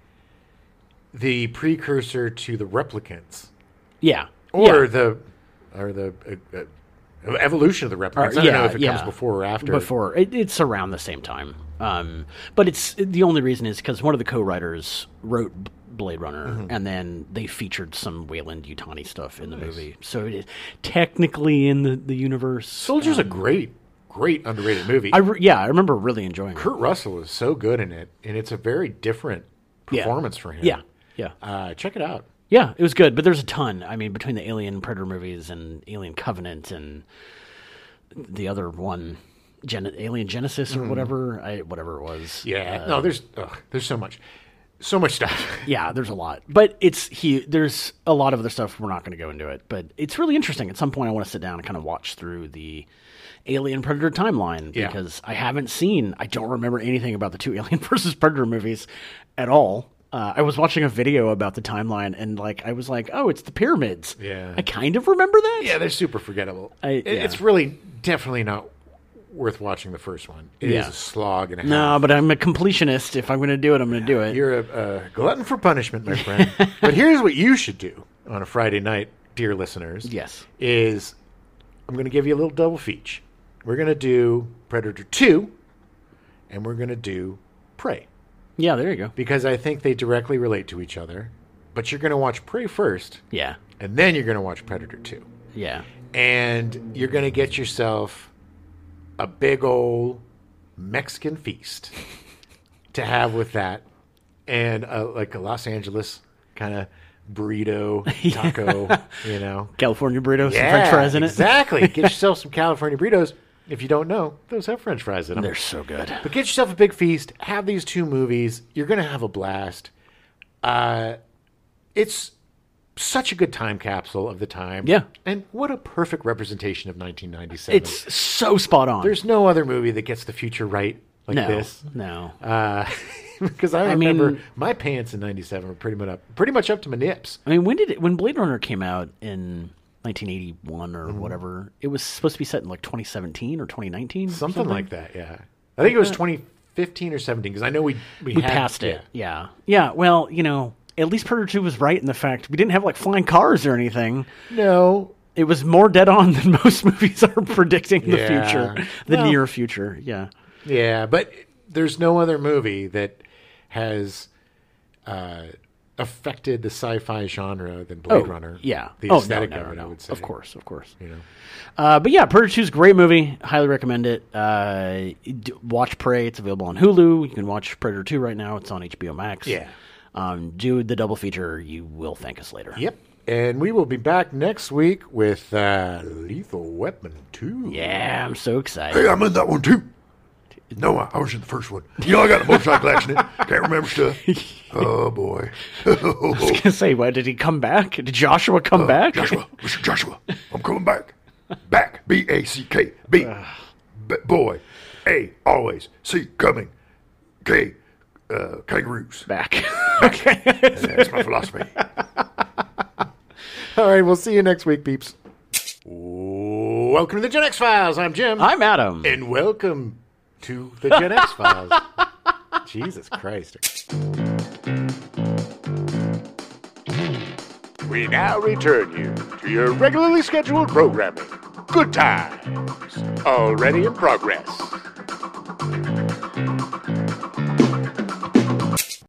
S1: the precursor to the replicants,
S2: Yeah.
S1: or
S2: yeah.
S1: the, or the uh, uh, evolution of the replicants. I don't
S2: yeah,
S1: know if it
S2: yeah.
S1: comes before or after.
S2: before it, it's around the same time um, but it's the only reason is because one of the co-writers wrote B- blade runner
S1: Mm-hmm.
S2: and then they featured some wayland utani stuff in the movie so it is technically in the, the universe
S1: Soldier's a great, great underrated movie.
S2: Um, I re- yeah i remember really enjoying it
S1: Kurt Russell is so good in it, and it's a very different
S2: Yeah.
S1: performance for him.
S2: yeah yeah
S1: Uh, check it out.
S2: yeah it was good but there's a ton i mean between the alien predator movies and alien covenant and the other one Gen- alien genesis or whatever I, whatever it was
S1: Mm-hmm. Yeah. no, there's ugh, there's so much, so much stuff.
S2: Yeah, there's a lot, but it's he. There's a lot of other stuff we're not going to go into it, but it's really interesting. At some point, I want to sit down and kind of watch through the Alien Predator timeline
S1: Yeah.
S2: because I haven't seen. I don't remember anything about the two Alien versus Predator movies at all. Uh, I was watching a video about the timeline, and like I was like, "Oh, it's the pyramids."
S1: Yeah.
S2: I kind of remember that.
S1: yeah, they're super forgettable.
S2: I-
S1: It-
S2: yeah.
S1: It's really definitely not worth watching the first one. It is
S2: Yeah.
S1: a slog and a half.
S2: No, but I'm a completionist. If I'm going to do it, I'm going to do it.
S1: You're a, a glutton for punishment, my friend. but here's what you should do on a Friday night, dear listeners.
S2: Yes.
S1: Is I'm going to give you a little double feature. We're going to do Predator 2 and we're going to do Prey
S2: yeah, there you go.
S1: because I think they directly relate to each other. But you're going to watch Prey first
S2: Yeah,
S1: and then you're going to watch Predator 2.
S2: yeah.
S1: And you're going to get yourself a big old Mexican feast to have with that, and uh, like a Los Angeles kind of burrito taco, you know.
S2: California burritos, some French fries in it.
S1: exactly. Get yourself some California burritos. If you don't know, those have French fries in them.
S2: They're so good.
S1: But get yourself a big feast. Have these two movies. You're gonna have a blast. Uh, it's such a good time capsule of the time.
S2: Yeah.
S1: and what a perfect representation of 1997.
S2: It's so spot on.
S1: There's no other movie that gets the future right like
S2: no,
S1: this.
S2: no.
S1: Uh, because I
S2: mean-
S1: remember my pants in '97 were pretty much up, pretty much up to my nips.
S2: I mean, when did it? When Blade Runner came out in 1981 or
S1: Mm-hmm.
S2: whatever, it was supposed to be set in like 2017 or 2019,
S1: Something, like that. Yeah, I think it was 2015 or 17. Because I know we we,
S2: We
S1: had-
S2: passed
S1: yeah.
S2: it. Yeah. yeah, Well, you know, at least Predator 2 was right in the fact we didn't have like flying cars or anything.
S1: No,
S2: It was more dead on than most movies are predicting the
S1: Yeah.
S2: future, the
S1: Well-
S2: near future. Yeah.
S1: Yeah, but there's no other movie that has uh, affected the sci-fi genre than Blade Runner.
S2: Yeah.
S1: the
S2: Oh, no,
S1: aesthetic
S2: no,
S1: of
S2: no,
S1: it, I
S2: no.
S1: would say.
S2: Of course, of course.
S1: you know.
S2: Uh, but yeah, Predator 2 is a great movie. Highly recommend it. Uh, d- watch Prey. It's available on Hulu. You can watch Predator 2 right now. It's on HBO Max.
S1: Yeah.
S2: Um, do the double feature. You will thank us later.
S1: Yep, and we will be back next week with uh, Lethal Weapon Two.
S2: Yeah, I'm so excited.
S3: Hey, I'm in that one too. No, I, I was in the first one. You know, I got a motorcycle accident. Can't remember stuff. Oh boy.
S2: I was gonna say, why did he come back? Did Joshua come
S1: Uh,
S2: back?
S3: Joshua, Mr. Joshua, I'm coming back. Back. B A C K. B. B- Boy. A. Always. C. Coming. K. Uh, kangaroos.
S2: Back. okay.
S3: That's my philosophy.
S1: All right, we'll see you next week, peeps. Welcome to the Gen X Files. I'm Jim,
S2: I'm Adam.
S1: and welcome to the Gen X Files. Jesus Christ.
S3: We now return you to your regularly scheduled programming. Good times. Already in progress.